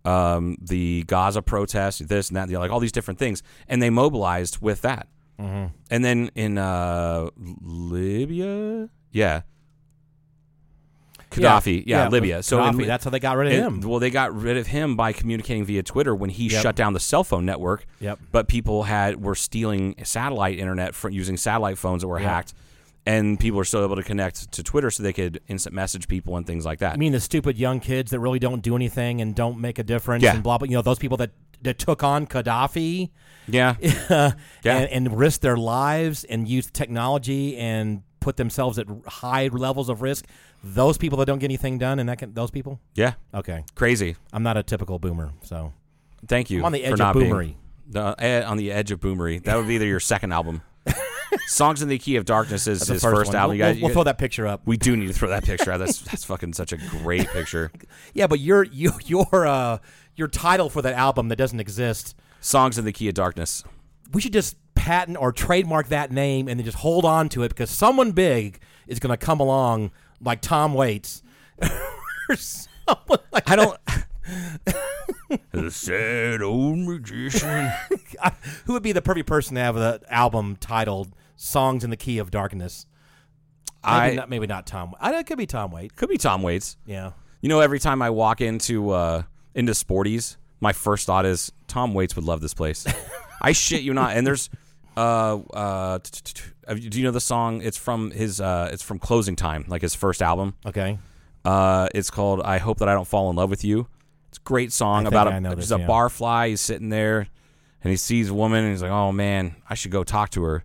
[SPEAKER 4] um, the Gaza protest, this and that, and the other, like all these different things, and they mobilized with that. And then in uh, Libya, yeah. Gaddafi, yeah,
[SPEAKER 5] but
[SPEAKER 4] Libya. So in
[SPEAKER 5] Gaddafi,
[SPEAKER 4] Li-
[SPEAKER 5] that's how they got rid of
[SPEAKER 4] and-
[SPEAKER 5] him.
[SPEAKER 4] Well, they got rid of him by communicating via Twitter when he
[SPEAKER 5] Yep.
[SPEAKER 4] shut down the cell phone network.
[SPEAKER 5] Yep.
[SPEAKER 4] But people had were stealing satellite internet from using satellite phones that were hacked, and people are still able to connect to Twitter so they could instant message people and things like that.
[SPEAKER 5] I mean, the stupid young kids that really don't do anything and don't make a difference
[SPEAKER 4] Yeah.
[SPEAKER 5] and blah blah. You know, those people that that took on Gaddafi
[SPEAKER 4] yeah.
[SPEAKER 5] and, and risked their lives and used technology and put themselves at high levels of risk. Those people that don't get anything done and that can, those people.
[SPEAKER 4] yeah.
[SPEAKER 5] Okay,
[SPEAKER 4] Crazy.
[SPEAKER 5] I'm not a typical boomer, so
[SPEAKER 4] Thank you.
[SPEAKER 5] I'm on the edge
[SPEAKER 4] for
[SPEAKER 5] of
[SPEAKER 4] not being-
[SPEAKER 5] boomery.
[SPEAKER 4] the, eh, on the edge of boomery. That would be either your second album. Songs in the Key of Darkness is
[SPEAKER 5] That's
[SPEAKER 4] his
[SPEAKER 5] the
[SPEAKER 4] first,
[SPEAKER 5] one.
[SPEAKER 4] album.
[SPEAKER 5] We'll,
[SPEAKER 4] You guys-
[SPEAKER 5] we'll- we'll throw that picture up.
[SPEAKER 4] We do need to throw that picture out. That's that's fucking such a great picture.
[SPEAKER 5] yeah, but your you, your uh, your title for that album that doesn't exist.
[SPEAKER 4] Songs in the Key of Darkness.
[SPEAKER 5] we should just patent or trademark that name and then just hold on to it because someone big is going to come along like Tom Waits. or someone like
[SPEAKER 4] I don't. the sad old magician.
[SPEAKER 5] who would be the perfect person to have the album titled "Songs in the Key of Darkness." Maybe
[SPEAKER 4] I
[SPEAKER 5] not, maybe not Tom. I know it could be Tom Waits.
[SPEAKER 4] could be Tom Waits.
[SPEAKER 5] Yeah,
[SPEAKER 4] You know, every time I walk into uh, into Sporties, my first thought is Tom Waits would love this place. I shit you not. And there's, uh, uh, t- t- t- uh, do you know the song? It's from his. Uh, it's from Closing Time, like his first album.
[SPEAKER 5] okay.
[SPEAKER 4] Uh, it's called "I Hope That I Don't Fall in Love with You." It's a great song
[SPEAKER 5] think
[SPEAKER 4] about
[SPEAKER 5] I know
[SPEAKER 4] a,
[SPEAKER 5] this,
[SPEAKER 4] just a
[SPEAKER 5] yeah.
[SPEAKER 4] barfly. He's sitting there, and he sees a woman, and he's like, "Oh man, I should go talk to her."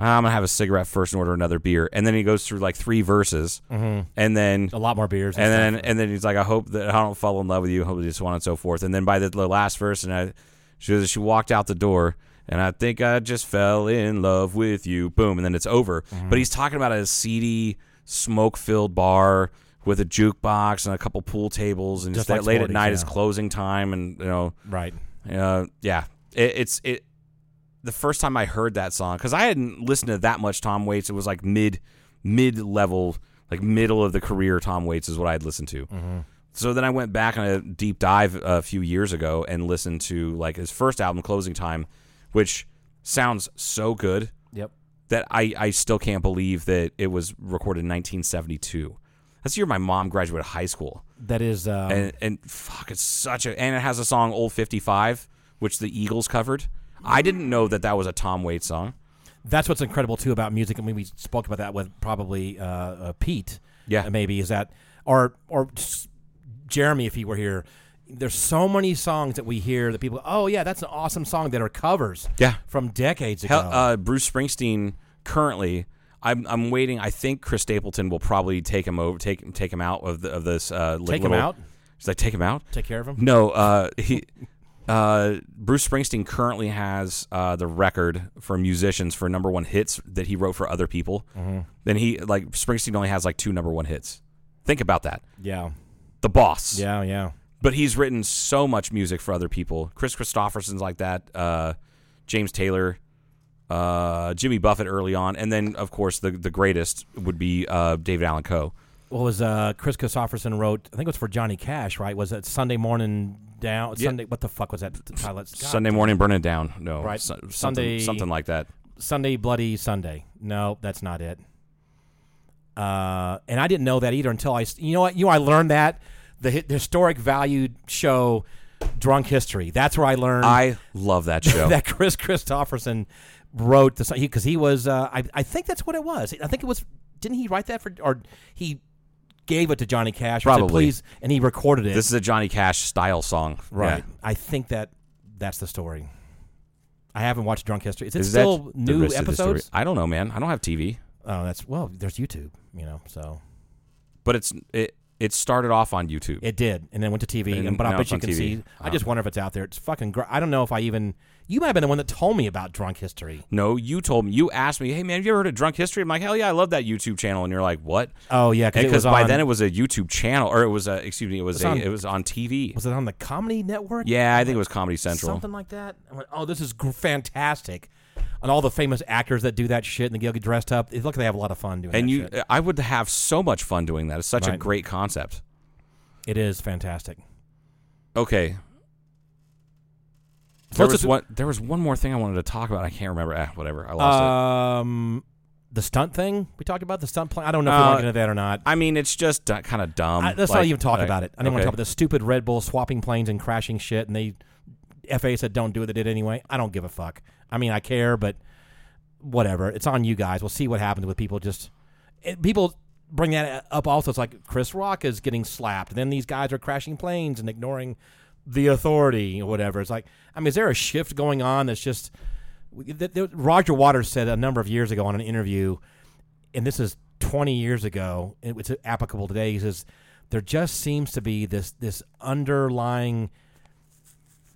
[SPEAKER 4] I'm gonna have a cigarette first and order another beer, and then he goes through like three verses,
[SPEAKER 5] Mm-hmm.
[SPEAKER 4] and then
[SPEAKER 5] A lot more beers.
[SPEAKER 4] and
[SPEAKER 5] stuff.
[SPEAKER 4] then and then he's like, "I hope that I don't fall in love with you. I hope you so on and so forth." And then by the, the last verse, and I she was- she walked out the door, and I think I just fell in love with you. Boom, and then it's over.
[SPEAKER 5] Mm-hmm.
[SPEAKER 4] But he's talking about a seedy, smoke filled bar with a jukebox and a couple pool tables, and
[SPEAKER 5] Just
[SPEAKER 4] that
[SPEAKER 5] like
[SPEAKER 4] late at
[SPEAKER 5] Sporty's,
[SPEAKER 4] night is
[SPEAKER 5] yeah.
[SPEAKER 4] closing time, and you know,
[SPEAKER 5] right.
[SPEAKER 4] uh, yeah, it, it's it. The first time I heard that song, because I hadn't listened to that much Tom Waits, it was like mid mid level, like middle of the career Tom Waits is what I had listened to. So then I went back on a deep dive a few years ago and listened to like his first album, Closing Time, which sounds so good
[SPEAKER 5] Yep.
[SPEAKER 4] that I, I still can't believe that it was recorded in 1972. That's the year my mom graduated high school
[SPEAKER 5] That is. Um,
[SPEAKER 4] and and fuck, it's such a and it has a song "Old 55," which the Eagles covered. I didn't know that that was a Tom Waits song.
[SPEAKER 5] that's what's incredible too about music, and we, we spoke about that with probably uh, uh, Pete.
[SPEAKER 4] Yeah.
[SPEAKER 5] uh, maybe is that or or s- Jeremy if he were here. There's so many songs that we hear that people, oh yeah, that's an awesome song that are covers.
[SPEAKER 4] Yeah.
[SPEAKER 5] from decades ago.
[SPEAKER 4] Hell, uh, Bruce Springsteen currently. I'm, I'm waiting. I think Chris Stapleton will probably take him over, take take him out of the, of this. Uh, li-
[SPEAKER 5] Take him
[SPEAKER 4] little-
[SPEAKER 5] out?
[SPEAKER 4] Should I take him out?
[SPEAKER 5] Take care of him.
[SPEAKER 4] No, uh, he, uh, Bruce Springsteen currently has uh, the record for musicians for number one hits that he wrote for other people.
[SPEAKER 5] Mm-hmm.
[SPEAKER 4] Then he like Springsteen only has like two number one hits. Think about that.
[SPEAKER 5] Yeah,
[SPEAKER 4] The Boss.
[SPEAKER 5] yeah, yeah.
[SPEAKER 4] But he's written so much music for other people. Chris Christopherson's like that. Uh, James Taylor. Uh, Jimmy Buffett early on, and then of course the the greatest would be uh, David Allan Coe.
[SPEAKER 5] What was uh, Chris Christopherson wrote? I think it was for Johnny Cash, right? Was it Sunday morning down? Sunday, what the fuck was that? Pilot
[SPEAKER 4] Sunday morning, burn it down. No,
[SPEAKER 5] Right.
[SPEAKER 4] so- something,
[SPEAKER 5] Sunday-
[SPEAKER 4] something like that.
[SPEAKER 5] Sunday Bloody Sunday. No, that's not it. Uh, and I didn't know that either until I. s- You know what? You know I learned that the hi- historic valued show, Drunk History. That's where I learned
[SPEAKER 4] I love that show.
[SPEAKER 5] that Chris Christopherson wrote the song because he, was. Uh, I I think that's what it was. I think it was. Didn't he write that for or he gave it to Johnny Cash? or said,
[SPEAKER 4] Probably.
[SPEAKER 5] Please, and he recorded it.
[SPEAKER 4] This is a Johnny Cash style song.
[SPEAKER 5] right.
[SPEAKER 4] Yeah.
[SPEAKER 5] I think that that's the story. I haven't watched Drunk History. Is it
[SPEAKER 4] Is that
[SPEAKER 5] still
[SPEAKER 4] the
[SPEAKER 5] new
[SPEAKER 4] rest of the story?
[SPEAKER 5] episodes?
[SPEAKER 4] I don't know, man. I don't have TV,
[SPEAKER 5] Oh, that's well. There's YouTube, you know. So
[SPEAKER 4] but it's it it started off on YouTube.
[SPEAKER 5] it did, and then went to TV.
[SPEAKER 4] And
[SPEAKER 5] And, but I
[SPEAKER 4] now
[SPEAKER 5] bet
[SPEAKER 4] it's
[SPEAKER 5] you
[SPEAKER 4] on Ah.
[SPEAKER 5] can
[SPEAKER 4] TV.
[SPEAKER 5] see. I just wonder if it's out there. It's fucking. Gr- I don't know if I even. You might have been the one that told me about Drunk History.
[SPEAKER 4] no, you told me. You asked me, "Hey, man, have you ever heard of Drunk History?" I'm like, "Hell yeah, I love that YouTube channel." And you're like, "What?"
[SPEAKER 5] Oh yeah, because
[SPEAKER 4] Because by then it was a YouTube channel, or it was a excuse me, it was
[SPEAKER 5] It's
[SPEAKER 4] a,
[SPEAKER 5] on-
[SPEAKER 4] it was on TV.
[SPEAKER 5] was it on the Comedy Network?
[SPEAKER 4] yeah, I think it was Comedy Central.
[SPEAKER 5] something like that. I went, oh, this is gr- fantastic. And all the famous actors that do that shit and they get dressed up. It's like they have a lot of fun doing
[SPEAKER 4] and
[SPEAKER 5] that
[SPEAKER 4] you,
[SPEAKER 5] shit.
[SPEAKER 4] I would have so much fun doing that. It's such a
[SPEAKER 5] Right.
[SPEAKER 4] great concept.
[SPEAKER 5] It is fantastic.
[SPEAKER 4] Okay.
[SPEAKER 5] So
[SPEAKER 4] There
[SPEAKER 5] let's
[SPEAKER 4] was,
[SPEAKER 5] just-
[SPEAKER 4] one, there was one more thing I wanted to talk about. I can't remember. Ah, whatever. I lost it.
[SPEAKER 5] Um, the stunt thing we talked about the stunt plan. I don't know if
[SPEAKER 4] Uh,
[SPEAKER 5] we want to get into that or not.
[SPEAKER 4] I mean, it's just d- kind of dumb.
[SPEAKER 5] I, let's
[SPEAKER 4] Like-
[SPEAKER 5] not even talk
[SPEAKER 4] like-
[SPEAKER 5] about it. I didn't want
[SPEAKER 4] okay.
[SPEAKER 5] to talk about the stupid Red Bull swapping planes and crashing shit. And they FAA said don't do it. They did anyway. I don't give a fuck. I mean, I care, but whatever. It's on you guys. We'll see what happens with people. Just it, people bring that up. Also, it's like Chris Rock is getting slapped. Then these guys are crashing planes and ignoring the authority or whatever. It's like, I mean, is there a shift going on that's just? th- th- Roger Waters said a number of years ago on an interview and this is 20 years ago, and it's applicable today. He says there just seems to be this this underlying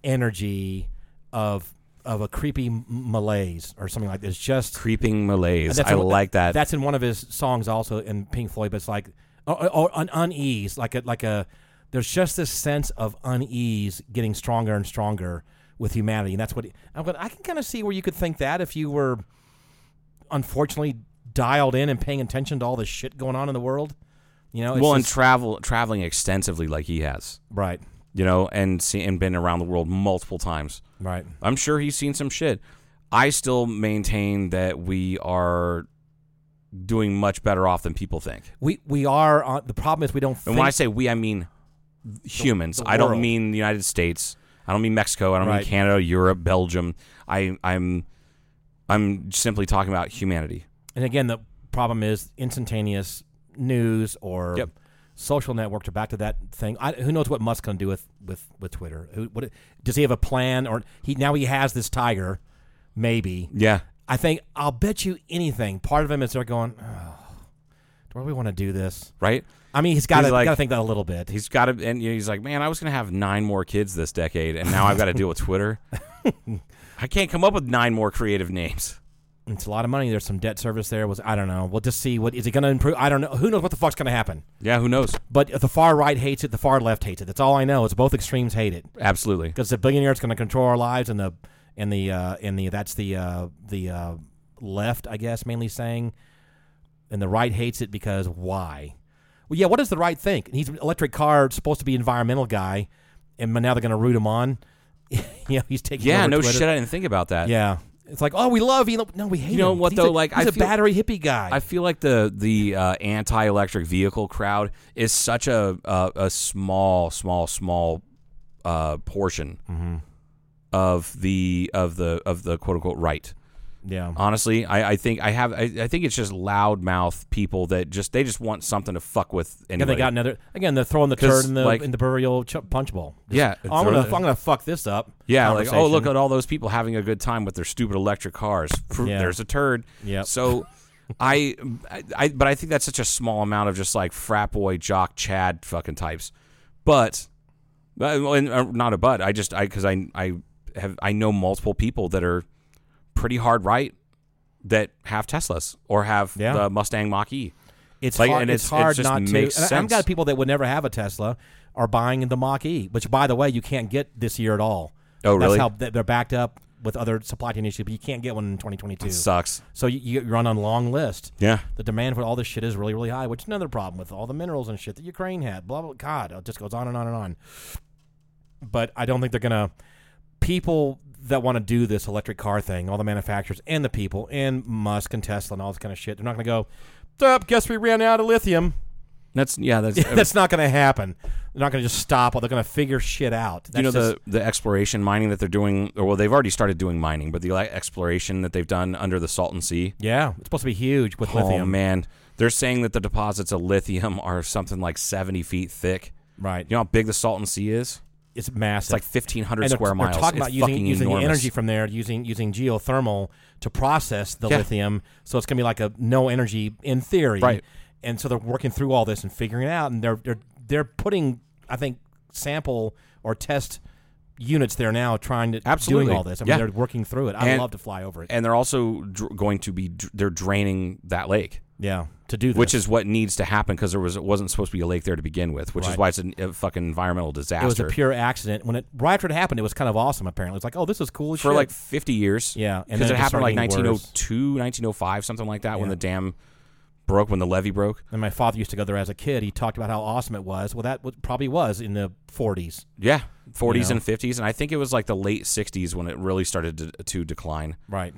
[SPEAKER 5] energy of of a creepy m- malaise or something like this. Just
[SPEAKER 4] Creeping malaise.
[SPEAKER 5] that's
[SPEAKER 4] I
[SPEAKER 5] in-
[SPEAKER 4] like that.
[SPEAKER 5] That's in one of his songs also in Pink Floyd, but it's like or, or an unease, like a like a. There's just this sense of unease getting stronger and stronger with humanity, and that's what I'm going. I can kind of see where you could think that if you were, unfortunately, dialed in and paying attention to all the shit going on in the world. You know, it's
[SPEAKER 4] well, and
[SPEAKER 5] just-
[SPEAKER 4] travel traveling extensively like he has,
[SPEAKER 5] right,
[SPEAKER 4] you know, and see, and been around the world multiple times.
[SPEAKER 5] right.
[SPEAKER 4] I'm sure he's seen some shit. I still maintain that we are doing much better off than people think.
[SPEAKER 5] We we are on. The problem is we don't.
[SPEAKER 4] And
[SPEAKER 5] think-
[SPEAKER 4] when I say we, I mean humans.
[SPEAKER 5] the
[SPEAKER 4] I don't
[SPEAKER 5] world.
[SPEAKER 4] mean the United States. I don't mean Mexico. I don't
[SPEAKER 5] Right.
[SPEAKER 4] mean Canada, Europe, Belgium. I, I'm, I'm simply talking about humanity.
[SPEAKER 5] And again, the problem is instantaneous news or
[SPEAKER 4] Yep.
[SPEAKER 5] social networks are back to that thing. I, who knows what Musk's going to do with, with, with Twitter? Who, what, does he have a plan? Or he now he has this tiger, maybe.
[SPEAKER 4] Yeah.
[SPEAKER 5] I think I'll bet you anything. Part of him is they're going, oh, do we want to do this?
[SPEAKER 4] Right.
[SPEAKER 5] I mean, he's got to
[SPEAKER 4] He's like-
[SPEAKER 5] got to think that a little bit.
[SPEAKER 4] He's got to, and you know, he's like, man, I was gonna have nine more kids this decade, and now I've got to deal with Twitter. I can't come up with nine more creative names.
[SPEAKER 5] It's a lot of money. There's some debt service there. Was I don't know. We'll just see what is it going to improve. I don't know. Who knows what the fuck's going to happen?
[SPEAKER 4] Yeah. Who knows?
[SPEAKER 5] But if the far right hates it, the far left hates it. That's all I know. It's both extremes hate it.
[SPEAKER 4] Absolutely.
[SPEAKER 5] because the billionaire is going to control our lives, and the and the uh, and the that's the uh, the uh, left, I guess, mainly saying, and the right hates it because why? Well, yeah, what does the right think? And he's an electric car, supposed to be environmental guy, and now they're going to root him on. you know, he's taking
[SPEAKER 4] Yeah.
[SPEAKER 5] over
[SPEAKER 4] No
[SPEAKER 5] Twitter.
[SPEAKER 4] shit. I didn't think about that.
[SPEAKER 5] Yeah, it's like oh, we love Elon. No, we hate.
[SPEAKER 4] You know
[SPEAKER 5] him.
[SPEAKER 4] what,
[SPEAKER 5] He's
[SPEAKER 4] though?
[SPEAKER 5] a-
[SPEAKER 4] Like, I
[SPEAKER 5] he's a
[SPEAKER 4] feel-
[SPEAKER 5] battery hippie guy.
[SPEAKER 4] I feel like the the uh, anti electric vehicle crowd is such a a, a small small small uh, portion
[SPEAKER 5] Mm-hmm.
[SPEAKER 4] of the of the of the quote unquote right.
[SPEAKER 5] yeah,
[SPEAKER 4] Honestly, I, I think I have I, I think it's just loudmouth people that just they just want something to fuck with.
[SPEAKER 5] And
[SPEAKER 4] Anyway.
[SPEAKER 5] they got another again. They're throwing the
[SPEAKER 4] 'Cause,
[SPEAKER 5] turd in the
[SPEAKER 4] like-
[SPEAKER 5] in the burial ch- punch bowl. Just,
[SPEAKER 4] Yeah,
[SPEAKER 5] "Oh, I'm
[SPEAKER 4] throw
[SPEAKER 5] gonna
[SPEAKER 4] the-
[SPEAKER 5] I'm gonna fuck this up.
[SPEAKER 4] yeah, like oh look
[SPEAKER 5] conversation."
[SPEAKER 4] at all those people having a good time with their stupid electric cars. Pr-
[SPEAKER 5] Yeah.
[SPEAKER 4] There's a turd.
[SPEAKER 5] Yep.
[SPEAKER 4] So. I, I, I, but I think that's such a small amount of just like frat boy, jock, Chad, fucking types. But Uh, well, and, uh, not a but. I just I because I I have I know multiple people that are pretty hard right that have Teslas or have
[SPEAKER 5] Yeah.
[SPEAKER 4] the Mustang Mach E.
[SPEAKER 5] It's
[SPEAKER 4] Like,
[SPEAKER 5] hard,
[SPEAKER 4] and
[SPEAKER 5] it's,
[SPEAKER 4] it's- it
[SPEAKER 5] hard
[SPEAKER 4] just
[SPEAKER 5] not
[SPEAKER 4] makes
[SPEAKER 5] to. and I- I've
[SPEAKER 4] sense.
[SPEAKER 5] got people that would never have a Tesla are buying the Mach E, which, by the way, you can't get this year at all.
[SPEAKER 4] Oh,
[SPEAKER 5] That's
[SPEAKER 4] really?
[SPEAKER 5] how th- they're backed up with other supply chain issues, but you can't get one in 2022.
[SPEAKER 4] Sucks.
[SPEAKER 5] So you, you run on a long list.
[SPEAKER 4] Yeah.
[SPEAKER 5] The demand for all this shit is really, really high, which is another problem with all the minerals and shit that Ukraine had. Blah blah. God, it just goes on and on and on. But I don't think they're gonna. People that want to do this electric car thing, all the manufacturers and the people and Musk and Tesla and all this kind of shit, they're not gonna go. Up, guess we ran out of lithium.
[SPEAKER 4] That's yeah. That's,
[SPEAKER 5] That's not gonna happen. They're not gonna just stop. Or they're gonna figure shit out. That's
[SPEAKER 4] you know
[SPEAKER 5] just-
[SPEAKER 4] the the exploration mining that they're doing, or well, they've already started doing mining, but the like, exploration that they've done under the Salton Sea.
[SPEAKER 5] yeah, it's supposed to be huge with
[SPEAKER 4] Oh
[SPEAKER 5] lithium.
[SPEAKER 4] man, they're saying that the deposits of lithium are something like seventy feet thick.
[SPEAKER 5] Right.
[SPEAKER 4] You know how big the Salton Sea is?
[SPEAKER 5] it's massive.
[SPEAKER 4] It's like 1,500
[SPEAKER 5] And they're-
[SPEAKER 4] square
[SPEAKER 5] they're
[SPEAKER 4] miles.
[SPEAKER 5] talking
[SPEAKER 4] It's
[SPEAKER 5] about using,
[SPEAKER 4] fucking
[SPEAKER 5] using the
[SPEAKER 4] enormous.
[SPEAKER 5] energy from there, using using geothermal to process the
[SPEAKER 4] Yeah.
[SPEAKER 5] lithium. So it's going to be like a no energy in theory,
[SPEAKER 4] Right.
[SPEAKER 5] And so they're working through all this and figuring it out, and they're they're they're putting I think sample or test units there now, trying to
[SPEAKER 4] Absolutely.
[SPEAKER 5] doing all this. I mean,
[SPEAKER 4] Yeah.
[SPEAKER 5] they're working through it. I'd
[SPEAKER 4] And-
[SPEAKER 5] love to fly over it.
[SPEAKER 4] and they're also dr- going to be dr- they're draining that lake.
[SPEAKER 5] yeah, to do this.
[SPEAKER 4] Which is what needs to happen because there was it wasn't supposed to be a lake there to begin with, which is
[SPEAKER 5] Right.
[SPEAKER 4] why it's an, a fucking environmental disaster.
[SPEAKER 5] it was a pure accident. When it right after it happened, it was kind of awesome. Apparently, it's like, oh, this is cool as
[SPEAKER 4] for
[SPEAKER 5] shit.
[SPEAKER 4] like 50 years.
[SPEAKER 5] Yeah, and
[SPEAKER 4] because
[SPEAKER 5] then
[SPEAKER 4] it
[SPEAKER 5] it just
[SPEAKER 4] happened like
[SPEAKER 5] started getting
[SPEAKER 4] 1902, 1905, something like that, when
[SPEAKER 5] Yeah.
[SPEAKER 4] the dam broke, when the levee broke.
[SPEAKER 5] And my father used to go there as a kid. He talked about how awesome it was. Well, that was, probably was in the 40s.
[SPEAKER 4] Yeah, 40s
[SPEAKER 5] You know.
[SPEAKER 4] and 50s, and I think it was like the late 60s when it really started to, to decline.
[SPEAKER 5] Right.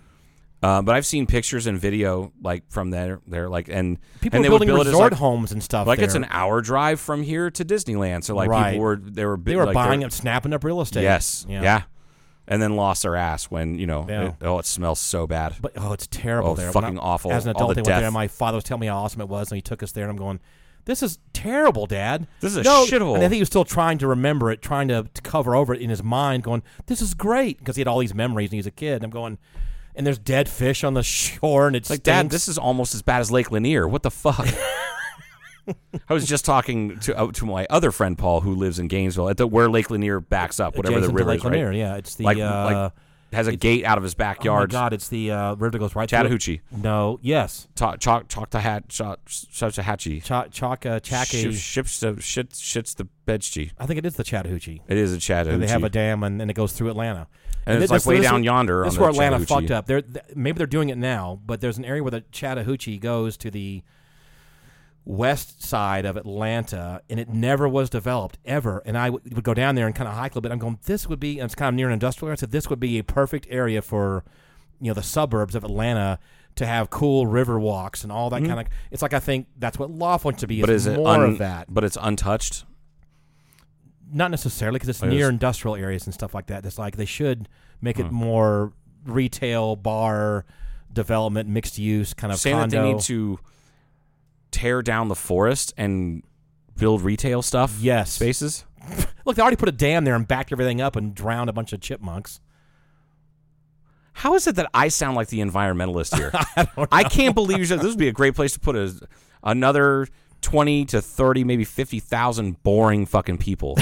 [SPEAKER 4] Uh, but I've seen pictures and video like from there, there, like and
[SPEAKER 5] People
[SPEAKER 4] and they
[SPEAKER 5] were
[SPEAKER 4] would
[SPEAKER 5] building
[SPEAKER 4] bill it as,
[SPEAKER 5] resort
[SPEAKER 4] like,
[SPEAKER 5] homes and stuff.
[SPEAKER 4] Like
[SPEAKER 5] there.
[SPEAKER 4] it's an hour drive from here to Disneyland, so like
[SPEAKER 5] Right.
[SPEAKER 4] people were they were bi-
[SPEAKER 5] They were
[SPEAKER 4] like,
[SPEAKER 5] buying up, snapping up real estate.
[SPEAKER 4] Yes, yeah. and then lost their ass when you know
[SPEAKER 5] Yeah.
[SPEAKER 4] it- oh it smells so bad.
[SPEAKER 5] But oh, it's terrible
[SPEAKER 4] Oh,
[SPEAKER 5] there. When
[SPEAKER 4] fucking
[SPEAKER 5] I-
[SPEAKER 4] awful.
[SPEAKER 5] As an
[SPEAKER 4] All
[SPEAKER 5] adult,
[SPEAKER 4] the
[SPEAKER 5] they went
[SPEAKER 4] death.
[SPEAKER 5] there. And my father was telling me how awesome it was, and he took us there. And I'm going, "This is terrible, Dad.
[SPEAKER 4] This is a
[SPEAKER 5] no.
[SPEAKER 4] shithole.
[SPEAKER 5] And I think he was still trying to remember it, trying to, to cover over it in his mind, going, "This is great," because he had all these memories, and he's a kid. And I'm going, and there's dead fish on the shore, and it's
[SPEAKER 4] Like, Dad, this is almost as bad as Lake Lanier. What the fuck? I was just talking to uh, to my other friend Paul, who lives in Gainesville, at the where Lake Lanier backs up, whatever the
[SPEAKER 5] Adjacent to
[SPEAKER 4] river
[SPEAKER 5] Lake
[SPEAKER 4] is, right?
[SPEAKER 5] Lanier, yeah, it's the,
[SPEAKER 4] like,
[SPEAKER 5] uh,
[SPEAKER 4] like has a gate out of his backyard.
[SPEAKER 5] Oh my God! It's the uh, river that goes right
[SPEAKER 4] Chattahoochee.
[SPEAKER 5] to it. No, yes,
[SPEAKER 4] Ta- Chalk, chalk, to hat, chalk, Chachahachi.
[SPEAKER 5] Ch- Chaka Chaki.
[SPEAKER 4] Ships the shits, shits the bedchi.
[SPEAKER 5] I think it is the Chattahoochee.
[SPEAKER 4] It is a Chattahoochee.
[SPEAKER 5] And they have a dam, and, and it goes through Atlanta.
[SPEAKER 4] And it's,
[SPEAKER 5] thi-
[SPEAKER 4] like, way
[SPEAKER 5] is
[SPEAKER 4] down
[SPEAKER 5] wh-
[SPEAKER 4] yonder
[SPEAKER 5] This
[SPEAKER 4] on
[SPEAKER 5] is where
[SPEAKER 4] the
[SPEAKER 5] Atlanta
[SPEAKER 4] Chattahoochee.
[SPEAKER 5] fucked up. They're, th- maybe they're doing it now, but there's an area where the Chattahoochee goes to the west side of Atlanta, and it never was developed ever. And I w- would go down there and kind of hike a little bit. I'm going, this would be, and it's kind of near an industrial area. I said, this would be a perfect area for, you know, the suburbs of Atlanta to have cool river walks and all that kind of. It's like I think that's what Loft wants to be.
[SPEAKER 4] Mm-hmm. but is it
[SPEAKER 5] more
[SPEAKER 4] un-
[SPEAKER 5] of that?
[SPEAKER 4] But it's untouched.
[SPEAKER 5] not necessarily because it's
[SPEAKER 4] Like
[SPEAKER 5] near
[SPEAKER 4] it's-
[SPEAKER 5] industrial areas and stuff like that. That's like they should make
[SPEAKER 4] Hmm.
[SPEAKER 5] it more retail bar development, mixed use kind of
[SPEAKER 4] Saying that
[SPEAKER 5] condo.
[SPEAKER 4] they need to tear down the forest and build retail stuff.
[SPEAKER 5] Yes.
[SPEAKER 4] spaces.
[SPEAKER 5] Look, they already put a dam there and backed everything up and drowned a bunch of chipmunks.
[SPEAKER 4] How is it that I sound like the environmentalist here? I, can't believe you said this would be a great place to put a, another twenty to thirty, maybe fifty thousand boring fucking people.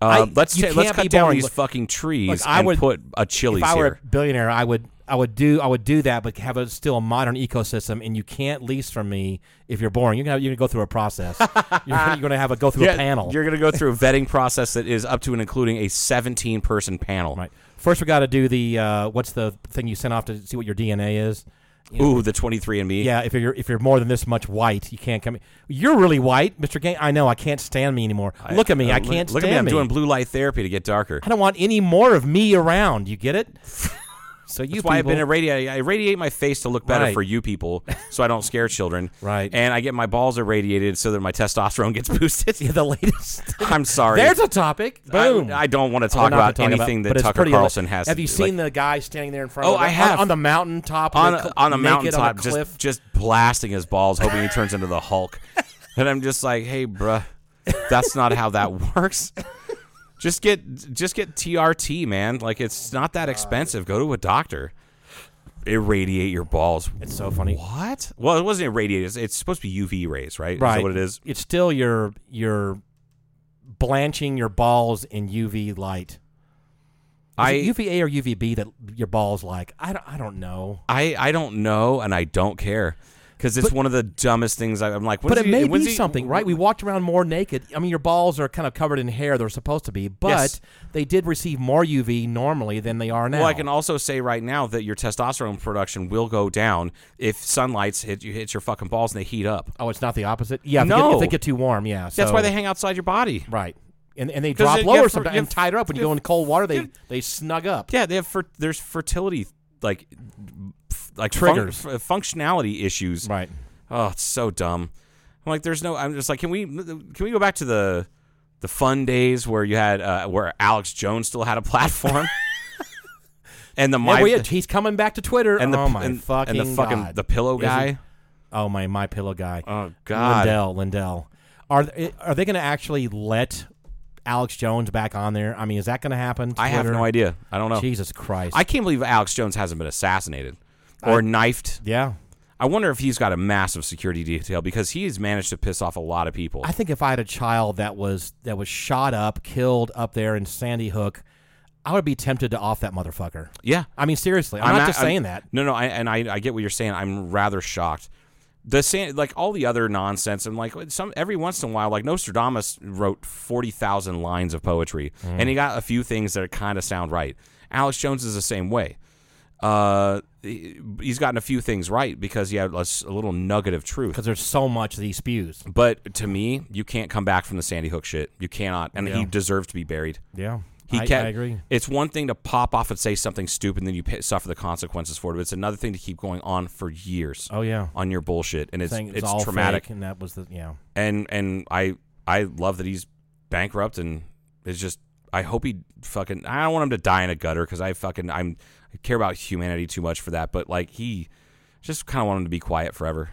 [SPEAKER 4] Uh, let's
[SPEAKER 5] you
[SPEAKER 4] ta- let's
[SPEAKER 5] can't
[SPEAKER 4] cut
[SPEAKER 5] be
[SPEAKER 4] down
[SPEAKER 5] boring.
[SPEAKER 4] these
[SPEAKER 5] Look-
[SPEAKER 4] fucking trees
[SPEAKER 5] look, I
[SPEAKER 4] and
[SPEAKER 5] would-
[SPEAKER 4] put a Chili's
[SPEAKER 5] if I were
[SPEAKER 4] here.
[SPEAKER 5] a billionaire, I would I would do I would do that, but have a still a modern ecosystem. And you can't lease from me if you're boring. You're gonna you're gonna go through a process. you're, gonna- you're gonna have a go through a panel.
[SPEAKER 4] You're going to go through a vetting process that is up to and including a 17 person panel.
[SPEAKER 5] right. First, we got to do the uh, what's the thing you sent off to see what your DNA is.
[SPEAKER 4] Ooh, the 23andMe.
[SPEAKER 5] Yeah, if you're if you're more than this much white, you can't come. in. You're really white, Mr. Gang. I know. I can't stand me anymore. look at me. I,
[SPEAKER 4] Uh, look-
[SPEAKER 5] can't
[SPEAKER 4] Look at
[SPEAKER 5] stand
[SPEAKER 4] me. I'm
[SPEAKER 5] me.
[SPEAKER 4] doing blue light therapy to get darker.
[SPEAKER 5] I don't want any more of me around. You get it? so you
[SPEAKER 4] That's why I've
[SPEAKER 5] people,
[SPEAKER 4] been irradiating. I irradiate my face to look better
[SPEAKER 5] Right.
[SPEAKER 4] for you people, so I don't scare children.
[SPEAKER 5] Right.
[SPEAKER 4] And I get my balls irradiated so that my testosterone gets boosted.
[SPEAKER 5] the latest.
[SPEAKER 4] I'm sorry.
[SPEAKER 5] There's a topic.
[SPEAKER 4] I-
[SPEAKER 5] Boom.
[SPEAKER 4] I, don't want to
[SPEAKER 5] We're
[SPEAKER 4] talk
[SPEAKER 5] not gonna
[SPEAKER 4] about anything
[SPEAKER 5] but
[SPEAKER 4] that
[SPEAKER 5] it's
[SPEAKER 4] Tucker
[SPEAKER 5] pretty-
[SPEAKER 4] Carlson has.
[SPEAKER 5] Have
[SPEAKER 4] to
[SPEAKER 5] you
[SPEAKER 4] do.
[SPEAKER 5] seen
[SPEAKER 4] Like,
[SPEAKER 5] the guy standing there in front?
[SPEAKER 4] Oh,
[SPEAKER 5] of the,
[SPEAKER 4] I have.
[SPEAKER 5] on, on the mountaintop.
[SPEAKER 4] on
[SPEAKER 5] with the
[SPEAKER 4] a,
[SPEAKER 5] cl-
[SPEAKER 4] on a
[SPEAKER 5] naked
[SPEAKER 4] mountaintop,
[SPEAKER 5] on a cliff.
[SPEAKER 4] just just blasting his balls, hoping he turns into the Hulk. And I'm just like, hey, bruh, that's not how that works. Just get just get TRT, man. Like it's not that expensive. Go to a doctor. Irradiate your balls.
[SPEAKER 5] it's so funny.
[SPEAKER 4] What? Well, it wasn't irradiated. It's, it's supposed to be UV rays, right? Is that
[SPEAKER 5] Right.
[SPEAKER 4] what it is?
[SPEAKER 5] It's still your your blanching your balls in UV light. Is
[SPEAKER 4] I
[SPEAKER 5] it UVA or UVB that your balls like? I don't, I don't know.
[SPEAKER 4] I I don't know, and I don't care because it's
[SPEAKER 5] But-
[SPEAKER 4] one of the dumbest things. I, I'm like,
[SPEAKER 5] But
[SPEAKER 4] when's
[SPEAKER 5] it
[SPEAKER 4] he-
[SPEAKER 5] may be
[SPEAKER 4] when's he-
[SPEAKER 5] something, right? We walked around more naked. I mean, your balls are kind of covered in hair. They're supposed to be, but
[SPEAKER 4] Yes.
[SPEAKER 5] they did receive more UV normally than they are now.
[SPEAKER 4] Well, I can also say right now that your testosterone production will go down if sunlight's hit you hits your fucking balls and they heat up.
[SPEAKER 5] oh, it's not the opposite. Yeah, if, they,
[SPEAKER 4] No.
[SPEAKER 5] get, if they get too warm, yeah.
[SPEAKER 4] That's why
[SPEAKER 5] so-
[SPEAKER 4] they hang outside your body.
[SPEAKER 5] right, and and they
[SPEAKER 4] 'Cause
[SPEAKER 5] drop
[SPEAKER 4] you
[SPEAKER 5] lower
[SPEAKER 4] have-
[SPEAKER 5] sometimes
[SPEAKER 4] you
[SPEAKER 5] and
[SPEAKER 4] have-
[SPEAKER 5] tighter up. When you
[SPEAKER 4] you
[SPEAKER 5] go in
[SPEAKER 4] have-
[SPEAKER 5] cold water, they
[SPEAKER 4] you-
[SPEAKER 5] they snug up.
[SPEAKER 4] Yeah, they have fer- there's fertility like f- like fun-
[SPEAKER 5] Triggers.
[SPEAKER 4] f- functionality issues.
[SPEAKER 5] Right.
[SPEAKER 4] Oh, it's so dumb. I'm like, there's no. I'm just like, can we can we go back to the the fun days where you had uh, where Alex Jones still had a platform. And the my
[SPEAKER 5] Yeah, well, yeah, he's coming back to Twitter.
[SPEAKER 4] and the
[SPEAKER 5] oh my
[SPEAKER 4] and,
[SPEAKER 5] fucking
[SPEAKER 4] and the fucking
[SPEAKER 5] God.
[SPEAKER 4] the pillow
[SPEAKER 5] Is he-
[SPEAKER 4] guy.
[SPEAKER 5] Oh my, my pillow guy.
[SPEAKER 4] Oh, God.
[SPEAKER 5] Lindell, Lindell. Are th- are they going to actually let Alex Jones back on there? I mean, is that going to happen?
[SPEAKER 4] I have
[SPEAKER 5] Twitter?
[SPEAKER 4] no idea. I don't know.
[SPEAKER 5] Jesus Christ.
[SPEAKER 4] I can't believe Alex Jones hasn't been assassinated or knifed.
[SPEAKER 5] yeah.
[SPEAKER 4] I wonder if he's got a massive security detail because he has managed to piss off a lot of people.
[SPEAKER 5] I think if I had a child that was that was shot up, killed up there in Sandy Hook, I would be tempted to off that motherfucker.
[SPEAKER 4] yeah,
[SPEAKER 5] I mean, seriously, I'm, not,
[SPEAKER 4] a-
[SPEAKER 5] just saying that.
[SPEAKER 4] No, no, I, and I, I get what you're saying. I'm rather shocked. The same, like all the other nonsense, and like some every once in a while, like Nostradamus wrote forty thousand lines of poetry,
[SPEAKER 5] Mm.
[SPEAKER 4] and he got a few things that kind of sound right. Alex Jones is the same way. Uh, he- he's gotten a few things right because he had a, s- a little nugget of truth.
[SPEAKER 5] because there's so much that he spews.
[SPEAKER 4] But to me, you can't come back from the Sandy Hook shit. You cannot, and he deserves to be buried.
[SPEAKER 5] Yeah,
[SPEAKER 4] He
[SPEAKER 5] I,
[SPEAKER 4] can
[SPEAKER 5] I agree.
[SPEAKER 4] It's one thing to pop off and say something stupid, and then you p- suffer the consequences for it. But it's another thing to keep going on for years.
[SPEAKER 5] Oh, yeah.
[SPEAKER 4] on your bullshit, and it's
[SPEAKER 5] Saying
[SPEAKER 4] it's,
[SPEAKER 5] all
[SPEAKER 4] traumatic.
[SPEAKER 5] fake, and that was the yeah.
[SPEAKER 4] And and I I love that he's bankrupt, and it's just I hope he fucking I don't want him to die in a gutter because I fucking I'm I care about humanity too much for that. But like he just kind of want him to be quiet forever.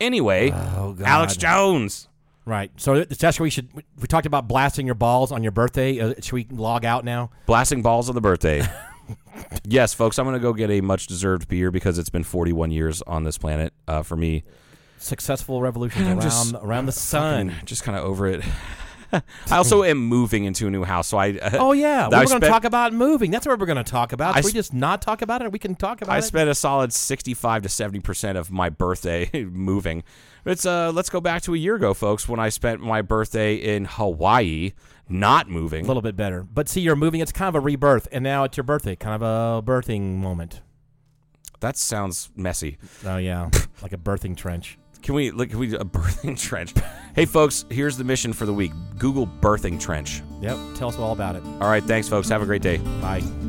[SPEAKER 4] Anyway,
[SPEAKER 5] Oh,
[SPEAKER 4] Alex Jones.
[SPEAKER 5] Right. So th- that's where we should. We talked about blasting your balls on your birthday. Uh, should we log out now?
[SPEAKER 4] Blasting balls on the birthday. yes, folks, I'm going to go get a much deserved beer because it's been 41 years on this planet uh, for me.
[SPEAKER 5] Successful revolutions
[SPEAKER 4] I'm
[SPEAKER 5] around
[SPEAKER 4] just-
[SPEAKER 5] around the sun.
[SPEAKER 4] And just kind of over it. I also am moving into a new house, so I. uh,
[SPEAKER 5] Oh
[SPEAKER 4] I
[SPEAKER 5] yeah, we we're going
[SPEAKER 4] spent-
[SPEAKER 5] to talk about moving. That's what we're going to talk about.
[SPEAKER 4] I
[SPEAKER 5] Should we
[SPEAKER 4] sp-
[SPEAKER 5] just not talk about it? We can talk about
[SPEAKER 4] I
[SPEAKER 5] it.
[SPEAKER 4] spent a solid 65 to 70 percent of my birthday moving. It's uh, let's go back to a year ago, folks, when I spent my birthday in Hawaii, not moving.
[SPEAKER 5] a little bit better, but see, you're moving. It's kind of a rebirth, and now it's your birthday, kind of a birthing moment.
[SPEAKER 4] That sounds messy.
[SPEAKER 5] Oh yeah, like a birthing trench.
[SPEAKER 4] Can we look? Can we a birthing trench? hey, folks, here's the mission for the week: Google birthing trench.
[SPEAKER 5] Yep. Tell us all about it.
[SPEAKER 4] All right, thanks, folks. Have a great day.
[SPEAKER 5] Bye.